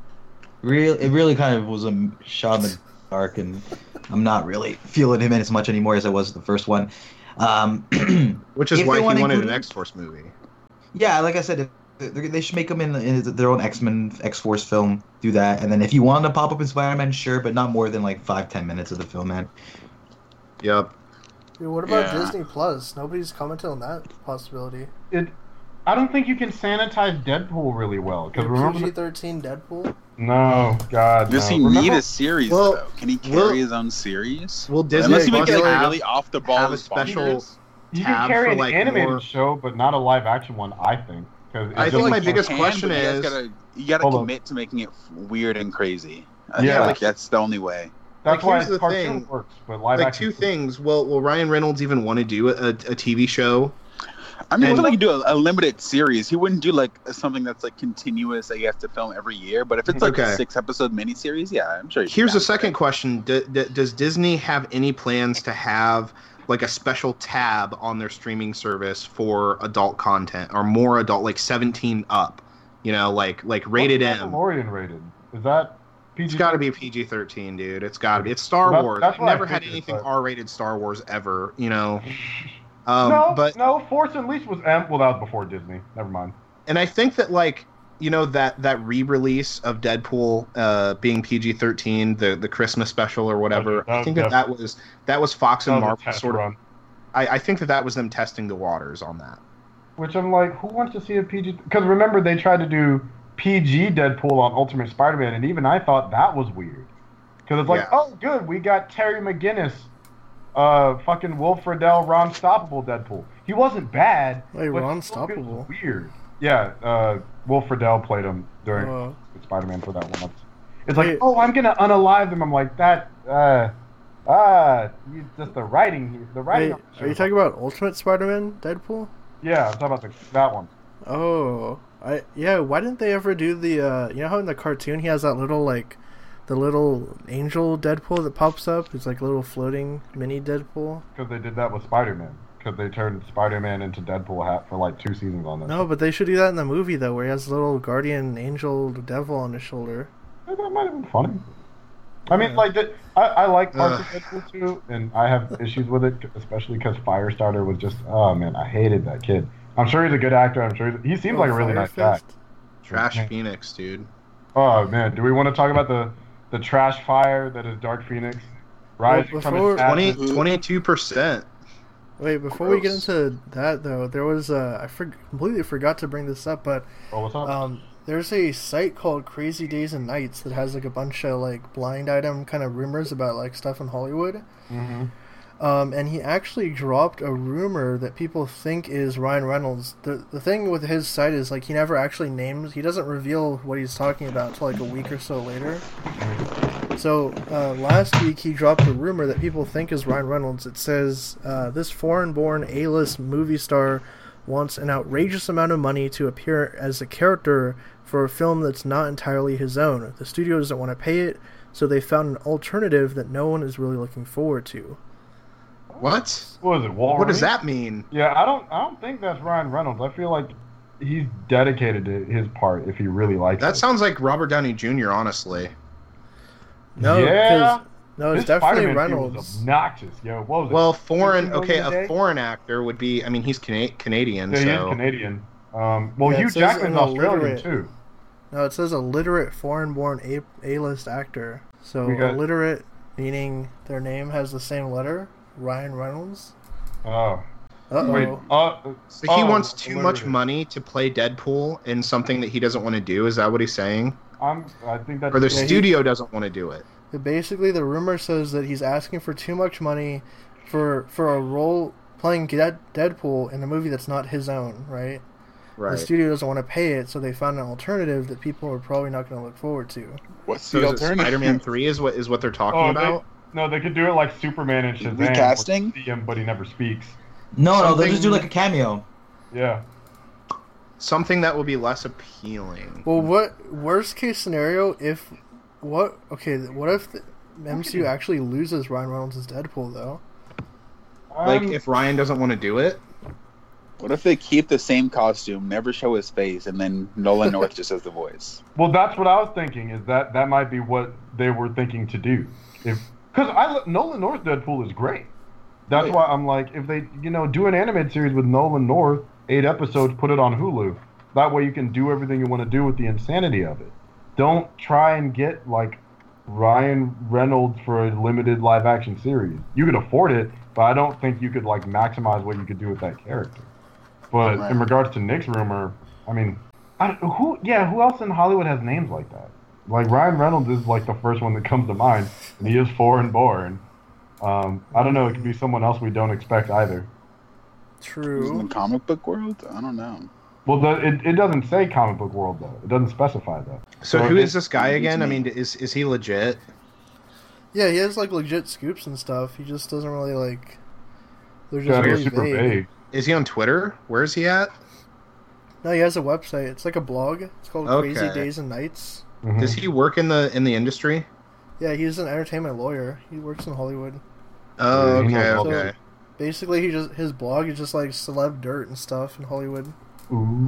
Speaker 5: Real, it really kind of was a shot in the dark, and I'm not really feeling him as much anymore as I was the first one. Um, [clears throat]
Speaker 6: Which is
Speaker 5: If
Speaker 6: why
Speaker 5: they
Speaker 6: he
Speaker 5: wanna
Speaker 6: wanted
Speaker 5: include-
Speaker 6: an X Force movie.
Speaker 5: yeah, like I said, if, they they should make him in, in their own X Men X Force film. Do that, and then if you want to pop up in Spider Man, sure, but not more than like five ten minutes of the film, man.
Speaker 6: Yep.
Speaker 2: Dude, what about
Speaker 3: Yeah.
Speaker 2: Disney Plus? Nobody's commented on that possibility.
Speaker 1: it, I don't think you can sanitize Deadpool really well because remember.
Speaker 2: PG thirteen Deadpool.
Speaker 1: no, God.
Speaker 3: Does
Speaker 1: no.
Speaker 3: he need
Speaker 1: Uh, Remember-
Speaker 3: a series
Speaker 6: Well,
Speaker 3: though? Can he carry
Speaker 6: well-
Speaker 3: his own series?
Speaker 6: Well, Disney
Speaker 3: Unless he
Speaker 6: Plus
Speaker 3: makes like,
Speaker 6: have-
Speaker 3: really off the ball.
Speaker 6: have a
Speaker 3: responses.
Speaker 6: special-
Speaker 1: You can
Speaker 6: tab
Speaker 1: carry
Speaker 6: for,
Speaker 1: an
Speaker 6: like,
Speaker 1: animated
Speaker 6: more-
Speaker 1: show, but not a live action one. I think. 'cause it's
Speaker 6: I
Speaker 1: just
Speaker 6: think my
Speaker 1: like-
Speaker 6: biggest
Speaker 3: can,
Speaker 6: question
Speaker 3: but
Speaker 6: is-
Speaker 3: you guys gotta, you gotta
Speaker 1: Hold on.
Speaker 3: commit to making it f- weird and crazy. I
Speaker 1: Yeah.
Speaker 3: yeah, like that's the only way.
Speaker 1: That's
Speaker 6: like, here's
Speaker 1: why
Speaker 6: the
Speaker 1: cartoon
Speaker 6: thing.
Speaker 1: works, but live
Speaker 6: like
Speaker 1: action.
Speaker 6: two things. Well, will Ryan Reynolds even want to do a, a TV show?
Speaker 3: I mean, I
Speaker 6: And-
Speaker 3: feel like you do a, a limited series. He wouldn't do like something that's like continuous that you have to film every year. But if it's like
Speaker 6: Okay.
Speaker 3: a six episode miniseries, yeah, I'm sure. he can
Speaker 6: Here's the
Speaker 3: manage
Speaker 6: second
Speaker 3: it.
Speaker 6: question: D- d- Does Disney have any plans to have like a special tab on their streaming service for adult content or more adult, like 17 up? You know, like like rated
Speaker 1: What's
Speaker 6: M.
Speaker 1: Mandalorian rated. Is that
Speaker 6: It's
Speaker 1: PG?
Speaker 6: got to be PG-13, dude. It's got to be. It's Star
Speaker 1: Well, that-
Speaker 6: Wars.
Speaker 1: that's
Speaker 6: I
Speaker 1: what I
Speaker 6: never had
Speaker 1: figured,
Speaker 6: anything
Speaker 1: but-
Speaker 6: R-rated Star Wars ever. You know. Um,
Speaker 1: no,
Speaker 6: but
Speaker 1: no, Force Unleashed was M. Well, that was before Disney. Never mind.
Speaker 6: and I think that like you know that that re-release of Deadpool uh, being PG-13, the the Christmas special or whatever.
Speaker 1: That-
Speaker 6: I think that
Speaker 1: that-
Speaker 6: that was that was Fox and
Speaker 1: That was a
Speaker 6: Marvel
Speaker 1: test
Speaker 6: sort of.
Speaker 1: run,
Speaker 6: I, I think that that was them testing the waters on that.
Speaker 1: Which I'm like, who wants to see a PG? Because remember, they tried to do PG Deadpool on Ultimate Spider-Man, and even I thought that was weird. Because it's like,
Speaker 6: Yeah.
Speaker 1: oh, good, we got Terry McGinnis, uh, fucking Wolf Riddell, Ron Stoppable Deadpool. He wasn't bad.
Speaker 2: Wait,
Speaker 1: but
Speaker 2: Ron
Speaker 1: still good-
Speaker 2: Stoppable?
Speaker 1: Weird. Yeah, uh, Wolf Riddell played him during
Speaker 2: Uh,
Speaker 1: Spider-Man for that one. episode. It's like,
Speaker 2: Wait.
Speaker 1: oh, I'm gonna unalive them. I'm like that. Uh, ah, you just the writing here. The writing.
Speaker 2: wait,
Speaker 1: on the
Speaker 2: are you
Speaker 1: show.
Speaker 2: talking about Ultimate Spider-Man Deadpool?
Speaker 1: Yeah, I'm talking about the, that one.
Speaker 2: Oh, I yeah. Why didn't they ever do the? Uh, you know how in the cartoon he has that little like, the little angel Deadpool that pops up. It's like a little floating mini Deadpool.
Speaker 1: Because they did that with Spider-Man. Because they turned Spider-Man into Deadpool hat for like two seasons on this.
Speaker 2: No, but they should do that in the movie though, where he has a little guardian angel devil on his shoulder.
Speaker 1: That might have been funny. I mean,
Speaker 2: Yeah.
Speaker 1: like, the- I, I like parts of
Speaker 6: Ugh.
Speaker 1: Deadpool too, and I have issues with it, especially because Firestarter was just, oh man, I hated that kid. I'm sure he's a good actor. I'm sure he's, he seems
Speaker 2: Oh,
Speaker 1: like a really nice guy.
Speaker 2: Firefest?
Speaker 6: Trash
Speaker 1: Okay.
Speaker 6: Phoenix, dude.
Speaker 1: Oh man, do we want to talk about the the trash fire that is Dark Phoenix? Rising
Speaker 2: Well,
Speaker 1: from
Speaker 2: before-
Speaker 1: his
Speaker 6: 20,
Speaker 1: ashes.
Speaker 6: 22%.
Speaker 2: Wait, before we get
Speaker 3: Gross.
Speaker 2: into that though, there was uh, I for- completely forgot to bring this up, but
Speaker 1: Oh, what's up?
Speaker 2: um, there's a site called Crazy Days and Nights that has like a bunch of like blind item kind of rumors about like stuff in Hollywood.
Speaker 1: hmm
Speaker 2: Um, and he actually dropped a rumor that people think is Ryan Reynolds. The, the thing with his site is like he never actually names, he doesn't reveal what he's talking about until like a week or so later. So uh, last week he dropped a rumor that people think is Ryan Reynolds. It says uh, this foreign-born A-list movie star wants an outrageous amount of money to appear as a character for a film that's not entirely his own. The studio doesn't want to pay it, so they found an alternative that no one is really looking forward to.
Speaker 6: What?
Speaker 1: What is it? Wolverine?
Speaker 6: What does that mean?
Speaker 1: Yeah, I don't. I don't think that's Ryan Reynolds. I feel like he's dedicated to his part if he really likes
Speaker 6: That
Speaker 1: it.
Speaker 6: sounds like Robert Downey Jr., honestly.
Speaker 2: No,
Speaker 1: Yeah.
Speaker 2: 'cause- no, it's
Speaker 1: This
Speaker 2: definitely
Speaker 1: Spider-Man dude
Speaker 2: Reynolds.
Speaker 1: Was obnoxious, yo. What was it?
Speaker 6: Well, foreign,
Speaker 1: 15
Speaker 6: okay,
Speaker 1: million a
Speaker 6: a
Speaker 1: day?
Speaker 6: foreign actor would be, I mean, he's Cana- Canadian,
Speaker 1: yeah, he is
Speaker 6: so.
Speaker 1: Canadian. Um, well,
Speaker 2: Yeah, it
Speaker 1: Hugh
Speaker 2: says
Speaker 1: Jackman's
Speaker 2: an
Speaker 1: Australian
Speaker 2: illiterate.
Speaker 1: too.
Speaker 2: No, it says illiterate foreign-born A- A-list actor. So
Speaker 1: We got-
Speaker 2: illiterate meaning their name has the same letter. Ryan Reynolds.
Speaker 1: Oh.
Speaker 2: Uh-oh.
Speaker 1: Wait. Uh,
Speaker 6: So he
Speaker 1: oh,
Speaker 6: wants too much
Speaker 1: illiterate.
Speaker 6: money to play Deadpool in something that he doesn't want to do. Is that what he's saying?
Speaker 1: I'm, I think that's.
Speaker 6: Or the
Speaker 2: Yeah, he-
Speaker 6: studio doesn't want to do it.
Speaker 2: Basically, the rumor says that he's asking for too much money for for a role playing Dead- Deadpool in a movie that's not his own, right?
Speaker 6: Right.
Speaker 2: The studio doesn't want to pay it, so they found an alternative that people are probably not going to look forward to.
Speaker 7: What's
Speaker 6: so
Speaker 7: the
Speaker 6: is it
Speaker 7: alternative? [laughs]
Speaker 6: Spider-Man Three is what is what they're talking
Speaker 1: Oh, they-
Speaker 6: about.
Speaker 1: No, they could do it like Superman and Shazam. where you
Speaker 7: Recasting?
Speaker 1: See him, but he never speaks.
Speaker 5: No, no, they'll just do
Speaker 6: Something-
Speaker 5: like a cameo.
Speaker 1: Yeah.
Speaker 6: Something that will be less appealing.
Speaker 2: Well, what worst case scenario if what okay, what if the MCU actually loses Ryan Reynolds as Deadpool though?
Speaker 6: like
Speaker 1: I'm-
Speaker 6: if Ryan doesn't want to do it,
Speaker 3: What if they keep the same costume, never show his face, and then
Speaker 6: [laughs]
Speaker 3: Nolan North just has the voice?
Speaker 1: Well, that's what I was thinking. Is that that might be what they were thinking to do? If because I li- Nolan North Deadpool is great. That's why I'm like, if they you know do an animated series with Nolan North, eight episodes, put it on Hulu. That way you can do everything you want to do with the insanity of it. Don't try and get like Ryan Reynolds for a limited live action series. You could afford it, but I don't think you could like maximize what you could do with that character. But
Speaker 3: Right.
Speaker 1: in regards to Nick's rumor, I mean, I don't, who? Yeah, who else in Hollywood has names like that? Like Ryan Reynolds is like the first one that comes to mind, and he is foreign born. Um, I don't know. It could be someone else we don't expect either.
Speaker 3: In
Speaker 1: Hmm.
Speaker 3: the
Speaker 2: True.
Speaker 3: comic book world, I don't know.
Speaker 1: Well, the, it, it doesn't say comic book world though. It doesn't specify that.
Speaker 6: so
Speaker 1: Or
Speaker 6: who
Speaker 1: they-
Speaker 6: is this guy
Speaker 3: it's
Speaker 6: again? I
Speaker 3: me.
Speaker 6: mean, is is he legit?
Speaker 2: Yeah, he has like legit scoops and stuff. He just doesn't really like they're
Speaker 1: Yeah,
Speaker 2: just
Speaker 1: they're
Speaker 2: really
Speaker 1: super
Speaker 2: vague.
Speaker 1: vague.
Speaker 6: Is he on Twitter? Where is he at?
Speaker 2: No, he has a website. It's like a blog. It's called Crazy
Speaker 6: Okay.
Speaker 2: Days and Nights.
Speaker 1: Mhm.
Speaker 6: Does he work in the in the industry?
Speaker 2: Yeah, he's an entertainment lawyer. He works in Hollywood.
Speaker 6: Oh,
Speaker 1: Yeah, he
Speaker 6: okay,
Speaker 1: knows all
Speaker 6: okay.
Speaker 2: Basically, he just his blog is just like celeb dirt and stuff in Hollywood.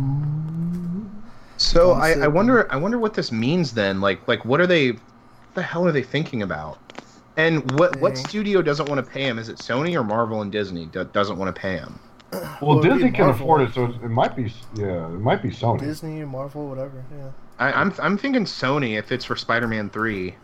Speaker 1: Ooh.
Speaker 6: So
Speaker 2: Don't
Speaker 6: I,
Speaker 2: say
Speaker 6: I wonder I wonder what this means then. Like like what are they what the hell are they thinking about? And what what
Speaker 2: Mhm.
Speaker 6: studio doesn't want to pay him? Is it Sony or Marvel and Disney do, doesn't want to pay him?
Speaker 1: Well,
Speaker 2: it'd be
Speaker 1: Disney can
Speaker 2: Marvel.
Speaker 1: afford it, so it might be yeah, it might be Sony.
Speaker 2: Disney, Marvel, whatever. Yeah.
Speaker 6: I, I'm I'm thinking Sony if it's for Spider-Man three.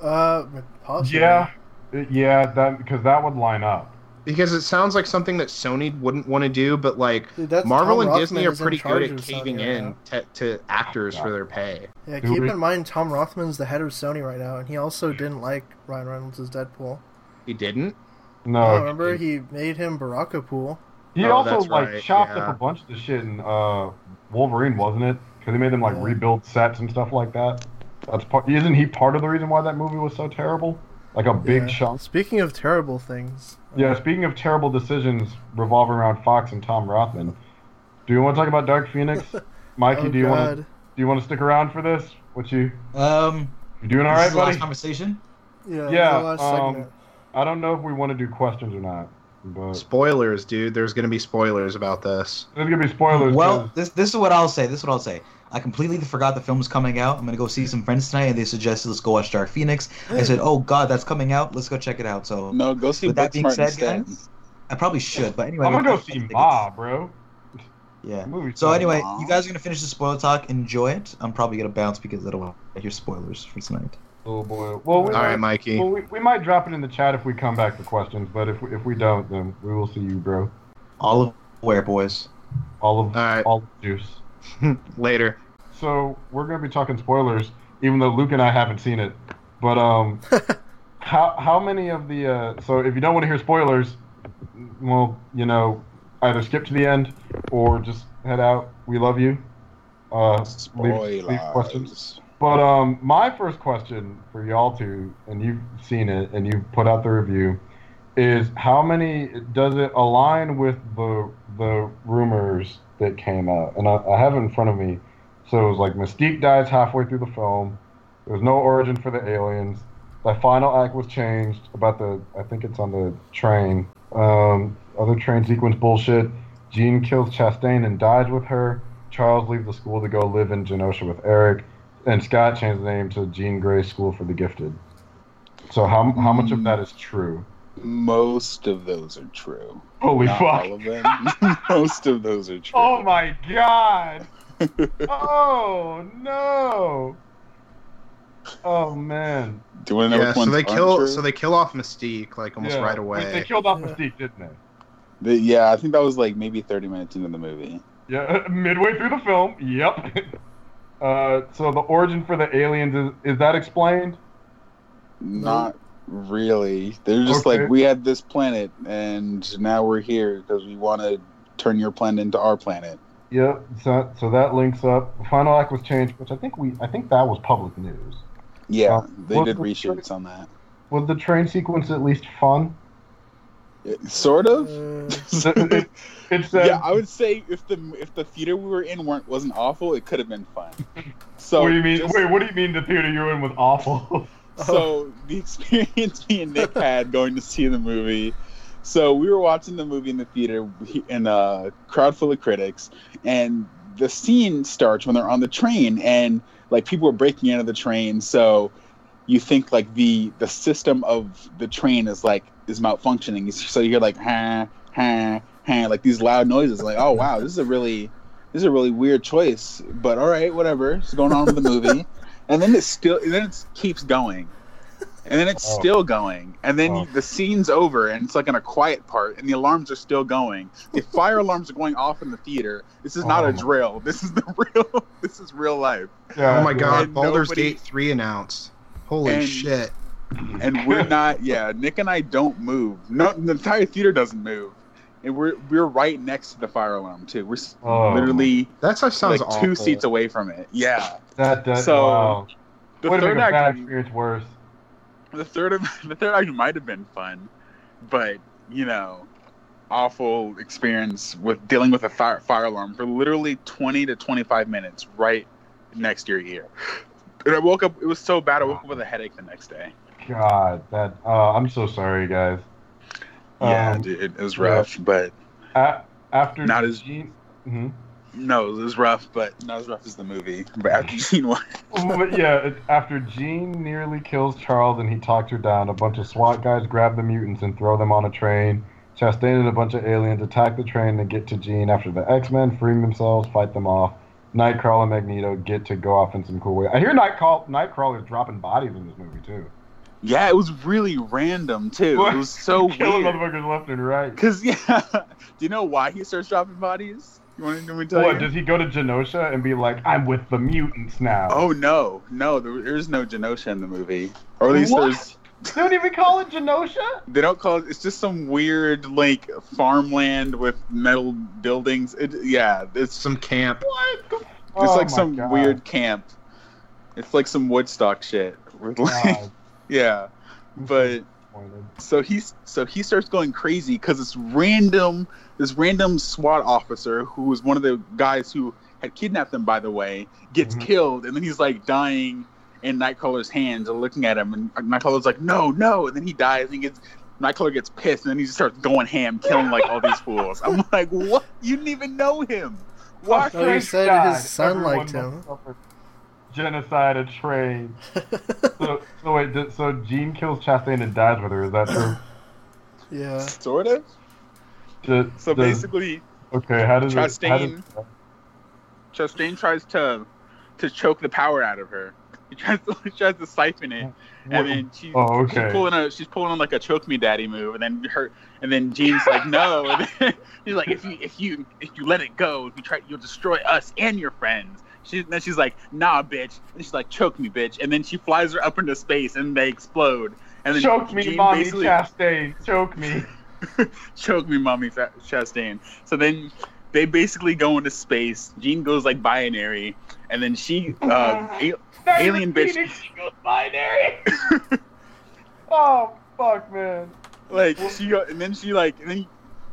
Speaker 2: Uh, possibly.
Speaker 1: Yeah, It- yeah, that because that would line up.
Speaker 6: Because it sounds like something that Sony wouldn't want to do, but like
Speaker 2: Dude, that's
Speaker 6: Marvel
Speaker 2: Tom
Speaker 6: and
Speaker 2: Rothman
Speaker 6: Disney are
Speaker 2: is in
Speaker 6: pretty good
Speaker 2: charge
Speaker 6: at
Speaker 2: of Sony
Speaker 6: caving
Speaker 2: right
Speaker 6: in
Speaker 2: now.
Speaker 6: to, to actors for their pay.
Speaker 2: Yeah,
Speaker 1: Do
Speaker 2: keep
Speaker 1: we-
Speaker 2: in mind Tom Rothman's the head of Sony right now, and he also didn't like Ryan Reynolds' as
Speaker 1: Oh,
Speaker 2: Deadpool.
Speaker 6: He didn't.
Speaker 1: No,
Speaker 2: Oh, remember he made him Baraka Pool.
Speaker 1: He
Speaker 6: Oh,
Speaker 1: also
Speaker 6: that's
Speaker 1: like
Speaker 6: right,
Speaker 1: chopped
Speaker 6: yeah.
Speaker 1: up a bunch of the shit in uh, Wolverine, wasn't it? Because he made them like
Speaker 2: Yeah.
Speaker 1: rebuild sets and stuff like that. That's part. Isn't he part of the reason why that movie was so terrible? Like a big
Speaker 2: Yeah.
Speaker 1: chunk.
Speaker 2: Speaking of terrible things,
Speaker 1: Yeah. Speaking of terrible decisions revolving around Fox and Tom Rothman, do you want to talk about Dark Phoenix? Mikey,
Speaker 2: oh
Speaker 1: do you want
Speaker 2: god,
Speaker 1: to do you want to stick around for this? What you
Speaker 5: Um,
Speaker 1: you doing all
Speaker 5: this is
Speaker 1: right,
Speaker 5: the last
Speaker 1: buddy?
Speaker 5: conversation.
Speaker 2: yeah,
Speaker 1: Yeah,
Speaker 2: the last
Speaker 1: um,
Speaker 2: segment.
Speaker 1: I don't know if we want to do questions or not, but
Speaker 6: Spoilers, dude. There's gonna be spoilers about this.
Speaker 1: there's gonna be spoilers.
Speaker 5: Well,
Speaker 1: 'cause-
Speaker 5: this this is what I'll say. This is what I'll say. I completely forgot the film was coming out. I'm gonna go see some friends tonight, and they suggested let's go watch Dark Phoenix. I said, "Oh God, that's coming out. Let's go check it out." So
Speaker 3: No, go see
Speaker 5: With that being
Speaker 3: Booksmart
Speaker 5: said,
Speaker 3: instead.
Speaker 5: guys, I probably should, but anyway,
Speaker 1: I'm gonna
Speaker 5: we'll
Speaker 1: go
Speaker 5: talk
Speaker 1: see
Speaker 5: about
Speaker 1: Ma, bro.
Speaker 5: tickets. Yeah.
Speaker 1: Movie
Speaker 5: So anyway,
Speaker 3: Aw.
Speaker 5: you guys are gonna finish the spoiler talk. Enjoy it. I'm probably gonna bounce because I don't want to hear spoilers for tonight.
Speaker 1: Oh boy. Well, we
Speaker 6: All right,
Speaker 1: might-
Speaker 6: Mikey.
Speaker 1: Well, we, we might drop it in the chat if we come back for questions, but if we, if we don't, then we will see you, bro.
Speaker 5: All of where boys.
Speaker 1: All of
Speaker 6: All right.
Speaker 1: all of juice.
Speaker 6: Later.
Speaker 1: So we're gonna be talking spoilers, even though Luke and I haven't seen it. But um, how how many of the uh, so if you don't want to hear spoilers, well, you know, either skip to the end or just head out. We love you. Uh, leave, leave questions.
Speaker 3: Spoilers.
Speaker 1: But um, my first question for y'all two, and you've seen it and you've put out the review, is how many does it align with the the rumors that came out? And I, I have it in front of me. So it was like Mystique dies halfway through the film. There was no origin for the aliens. The final act was changed about the I think it's on the train. Um, other train sequence bullshit. Jean kills Chastain and dies with her. Charles leaves the school to go live in Genosha with Eric and Scott changed the name to Jean Gray School for the Gifted. So how how much of
Speaker 3: Mm.
Speaker 1: that is true?
Speaker 3: Most of those are true.
Speaker 1: Holy [laughs]
Speaker 3: [laughs] Not all of them. Most of those are true.
Speaker 6: [laughs]
Speaker 1: Oh my god! oh no! Oh man!
Speaker 3: Do you want to know
Speaker 6: yeah,
Speaker 3: which
Speaker 6: so
Speaker 3: ones
Speaker 6: they
Speaker 3: aren't
Speaker 6: kill
Speaker 3: true?
Speaker 6: so they kill off Mystique like almost
Speaker 1: Yeah.
Speaker 6: right
Speaker 1: Wait, They
Speaker 6: away.
Speaker 1: killed off
Speaker 2: Yeah.
Speaker 1: Mystique, didn't they?
Speaker 3: The- yeah, I think that was like maybe 30 minutes into the movie.
Speaker 1: Yeah, [laughs] midway through the film. Yep. [laughs] Uh, so the origin for the aliens is, is that explained?
Speaker 3: Not really. They're just
Speaker 1: Okay.
Speaker 3: like, we had this planet, and now we're here because we want to turn your planet into our planet.
Speaker 1: Yep. So, so that links up. The final act was changed, which I think we I think that was public news.
Speaker 3: Yeah,
Speaker 1: Uh,
Speaker 3: they
Speaker 1: what-
Speaker 3: did
Speaker 1: what-
Speaker 3: reshoots on that.
Speaker 1: Was the train sequence at least
Speaker 6: [laughs]
Speaker 1: fun?
Speaker 3: It-
Speaker 1: [laughs]
Speaker 3: sort of.
Speaker 2: [laughs] Uh,
Speaker 1: it, it- it said
Speaker 3: [laughs] yeah, I would say if the if the theater we were in weren't wasn't awful, it could have been fun.
Speaker 1: [laughs]
Speaker 3: So
Speaker 6: uh,
Speaker 1: what do you mean?
Speaker 3: just-
Speaker 1: Wait, what do you mean the theater you were in was awful? [laughs]
Speaker 3: So the experience me and Nick had going to see the movie. So we were watching the movie in the theater we- in a crowd full of critics, and the scene starts when they're on the train, and like people are breaking into the train. So you think like the the system of the train is like is malfunctioning. So you hear like ha ha ha like these loud noises. Like oh wow, this is a really this is a really weird choice, but all right, whatever. It's going on with
Speaker 1: [laughs]
Speaker 3: the movie, and then it still, and then it keeps going, and then it's
Speaker 1: Oh.
Speaker 3: still going, and then
Speaker 1: Oh.
Speaker 3: the scene's over, and it's like in a quiet part, and the alarms are still going. The fire alarms are going off in the theater. This is not
Speaker 1: Oh
Speaker 3: a
Speaker 1: my-
Speaker 3: drill. This is the [laughs] real. This is real life.
Speaker 1: Yeah,
Speaker 6: Oh my god,
Speaker 3: And
Speaker 6: Baldur's
Speaker 3: nobody-
Speaker 6: Gate 3 announced. Holy
Speaker 3: And-
Speaker 6: shit.
Speaker 3: and
Speaker 1: [laughs]
Speaker 3: we're not yeah nick and i don't move no the entire theater doesn't move and we're we're right next to the fire alarm too we're s
Speaker 1: Oh.
Speaker 3: literally
Speaker 6: That stuff sounds
Speaker 3: like two
Speaker 6: awful.
Speaker 3: seats away from it yeah
Speaker 1: That does.
Speaker 3: So,
Speaker 1: wow.
Speaker 3: the
Speaker 1: Would have
Speaker 3: third
Speaker 1: made a bad
Speaker 3: act
Speaker 1: experience worse.
Speaker 3: the third of, the third act might have been fun but you know awful experience with dealing with a fire, fire alarm for literally 20 to 25 minutes right next to your ear and i woke up it was so bad i woke up with a headache the next day
Speaker 1: God, that. Uh, I'm so sorry, guys.
Speaker 3: yeah
Speaker 1: Um,
Speaker 3: dude, it was
Speaker 1: yeah.
Speaker 3: rough but
Speaker 1: a- after
Speaker 3: Not as-
Speaker 1: Gene- Mhm.
Speaker 3: No, it was rough, but not as rough as the movie. But after [laughs] scene one,
Speaker 1: but yeah, it, after Gene nearly kills Charles and he talks her down, a bunch of SWAT guys grab the mutants and throw them on a train. Chastain and a bunch of aliens attack the train and get to Gene after the X Men, freeing themselves, fight them off. Nightcrawler and Magneto get to go off in some cool way. I hear Nightcall- Nightcrawler's dropping bodies in this movie, too.
Speaker 3: yeah, it was really random too. It was so [laughs]
Speaker 1: Killing
Speaker 3: weird.
Speaker 1: motherfuckers left and right.
Speaker 3: Cause yeah, [laughs] do you know why he starts dropping bodies? You want to tell
Speaker 1: What,
Speaker 3: you?
Speaker 1: does he go to Genosha and be like, I'm with the mutants now?
Speaker 3: Oh no, no, there, there's no Genosha in the movie, or at least
Speaker 1: What?
Speaker 3: there's.
Speaker 1: They don't even call it Genosha?
Speaker 3: They don't call it. It's just some weird like farmland with metal buildings. It, yeah, it's
Speaker 6: Some camp.
Speaker 1: What? the-
Speaker 3: it's
Speaker 1: Oh
Speaker 3: like
Speaker 1: my
Speaker 3: some
Speaker 1: God. [laughs]
Speaker 3: weird camp. It's like some Woodstock shit. [laughs] With like,
Speaker 1: God,
Speaker 3: yeah, but
Speaker 1: disappointed.
Speaker 3: so he's so he starts going crazy because this random this random SWAT officer who was one of the guys who had kidnapped them by the way gets
Speaker 1: Mhm.
Speaker 3: killed and then he's like dying in Nightcrawler's hands and looking at him and Nightcrawler's like no no and then he dies and he gets Nightcrawler gets pissed and then he just starts going ham killing like all these fools I'm [laughs] like what you didn't even know him why
Speaker 1: Fuck
Speaker 2: Oh, he
Speaker 1: this
Speaker 2: said
Speaker 1: guy.
Speaker 2: his son
Speaker 1: Everyone
Speaker 2: liked him.
Speaker 1: must suffer Genocide a train. so, so wait, d- so Jean kills Chastain and dies with her. Is that true?
Speaker 2: yeah.
Speaker 3: [laughs] sort of
Speaker 1: D-
Speaker 3: [laughs] so
Speaker 1: d-
Speaker 3: basically
Speaker 1: okay. How does It, how does-
Speaker 3: Chastain tries to to choke the power out of her he tries to [laughs] he tries to siphon it and then she,
Speaker 1: oh,
Speaker 3: she's
Speaker 1: okay.
Speaker 3: pulling a she's pulling on like a choke me daddy move, and then her and then Jean's like no, [laughs] and then she's like if you if you if you let it go, if you try you'll destroy us and your friends. She then she's like nah, bitch, and she's like choke me, bitch, and then she flies her up into space and they explode, and then
Speaker 1: Choke me,
Speaker 3: Jean
Speaker 1: mommy
Speaker 3: basically-
Speaker 1: Chastain. Choke me.
Speaker 3: choke me, mommy Fa- Chastain. So then they basically go into space. Jean goes like binary, and then she uh, a-
Speaker 1: Not
Speaker 3: [laughs] Alien
Speaker 1: even
Speaker 3: bitch.
Speaker 1: Phoenix, she goes binary.
Speaker 3: [laughs]
Speaker 1: oh fuck, man.
Speaker 3: like she go- and then she like and then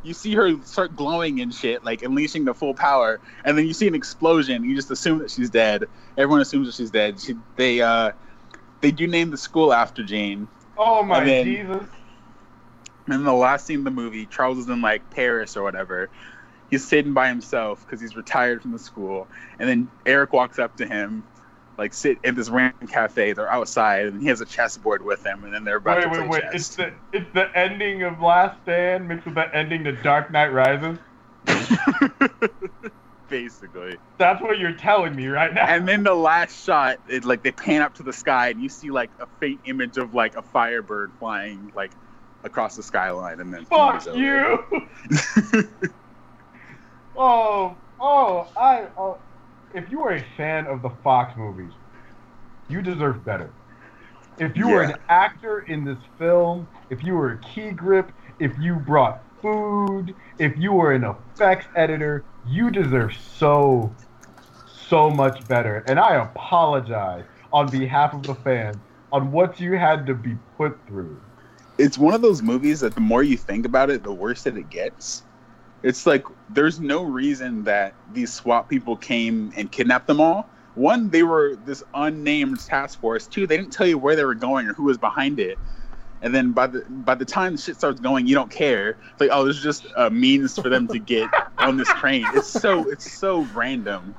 Speaker 3: you see her start glowing and shit like unleashing the full power and then you see an explosion and you just assume that she's dead everyone assumes that she's dead she, they uh they do name the school after jane
Speaker 1: Oh my
Speaker 3: And then-
Speaker 1: Jesus.
Speaker 3: and then the last scene of the movie charles is in like paris or whatever he's sitting by himself because he's retired from the school and then eric walks up to him like sit at this random cafe they're outside and he has a chessboard with him and then they're about
Speaker 1: Wait,
Speaker 3: to play
Speaker 1: wait, wait!
Speaker 3: chess.
Speaker 1: It's the it's the ending of Last Stand mixed with the ending to Dark Knight Rises.
Speaker 3: basically.
Speaker 1: That's what you're telling me right now.
Speaker 3: [laughs] And then the last shot, it, like they pan up to the sky, and you see like a faint image of like a firebird flying like across the skyline, and then
Speaker 1: Fuck
Speaker 3: it's over.
Speaker 1: you! [laughs] oh, oh, I. Oh. If you are a fan of the Fox movies, you deserve better. If you were
Speaker 3: Yeah.
Speaker 1: an actor in this film, if you were a key grip, if you brought food, if you were an effects editor, you deserve so, so much better. And I apologize on behalf of the fans on what you had to be put through.
Speaker 3: It's one of those movies that the more you think about it, the worse that it gets. It's like there's no reason that these SWAT people came and kidnapped them all. One, they were this unnamed task force. Two, they didn't tell you where they were going or who was behind it. And then by the by the time the shit starts going, you don't care. It's like, oh, there's just a means for them to get on this train. It's so it's so random.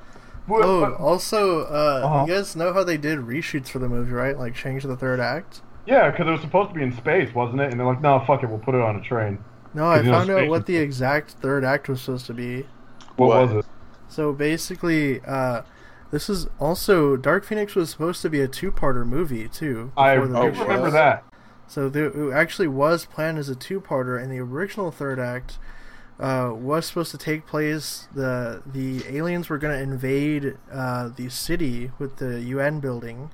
Speaker 1: But-
Speaker 2: Oh,
Speaker 1: but-
Speaker 2: also, uh,
Speaker 1: Uh-huh.
Speaker 2: you guys know how they did reshoots for the movie, right? Like change the third act.
Speaker 1: Yeah, because it was supposed to be in space, wasn't it? And they're like, no, fuck it, we'll put it on a train.
Speaker 2: No, I
Speaker 1: Because, you know,
Speaker 2: found out
Speaker 1: space
Speaker 2: what
Speaker 1: is-
Speaker 2: the exact third act was supposed to be.
Speaker 1: What,
Speaker 3: What?
Speaker 1: was it?
Speaker 2: So basically, uh, this is also Dark Phoenix was supposed to be a two-parter movie too.
Speaker 1: I, I
Speaker 2: before the
Speaker 3: oh,
Speaker 2: big
Speaker 3: picture.
Speaker 1: remember
Speaker 2: show.
Speaker 1: that.
Speaker 2: So there, it actually was planned as a two-parter, and the original third act uh, was supposed to take place. the The aliens were going to invade uh, the city with the UN building,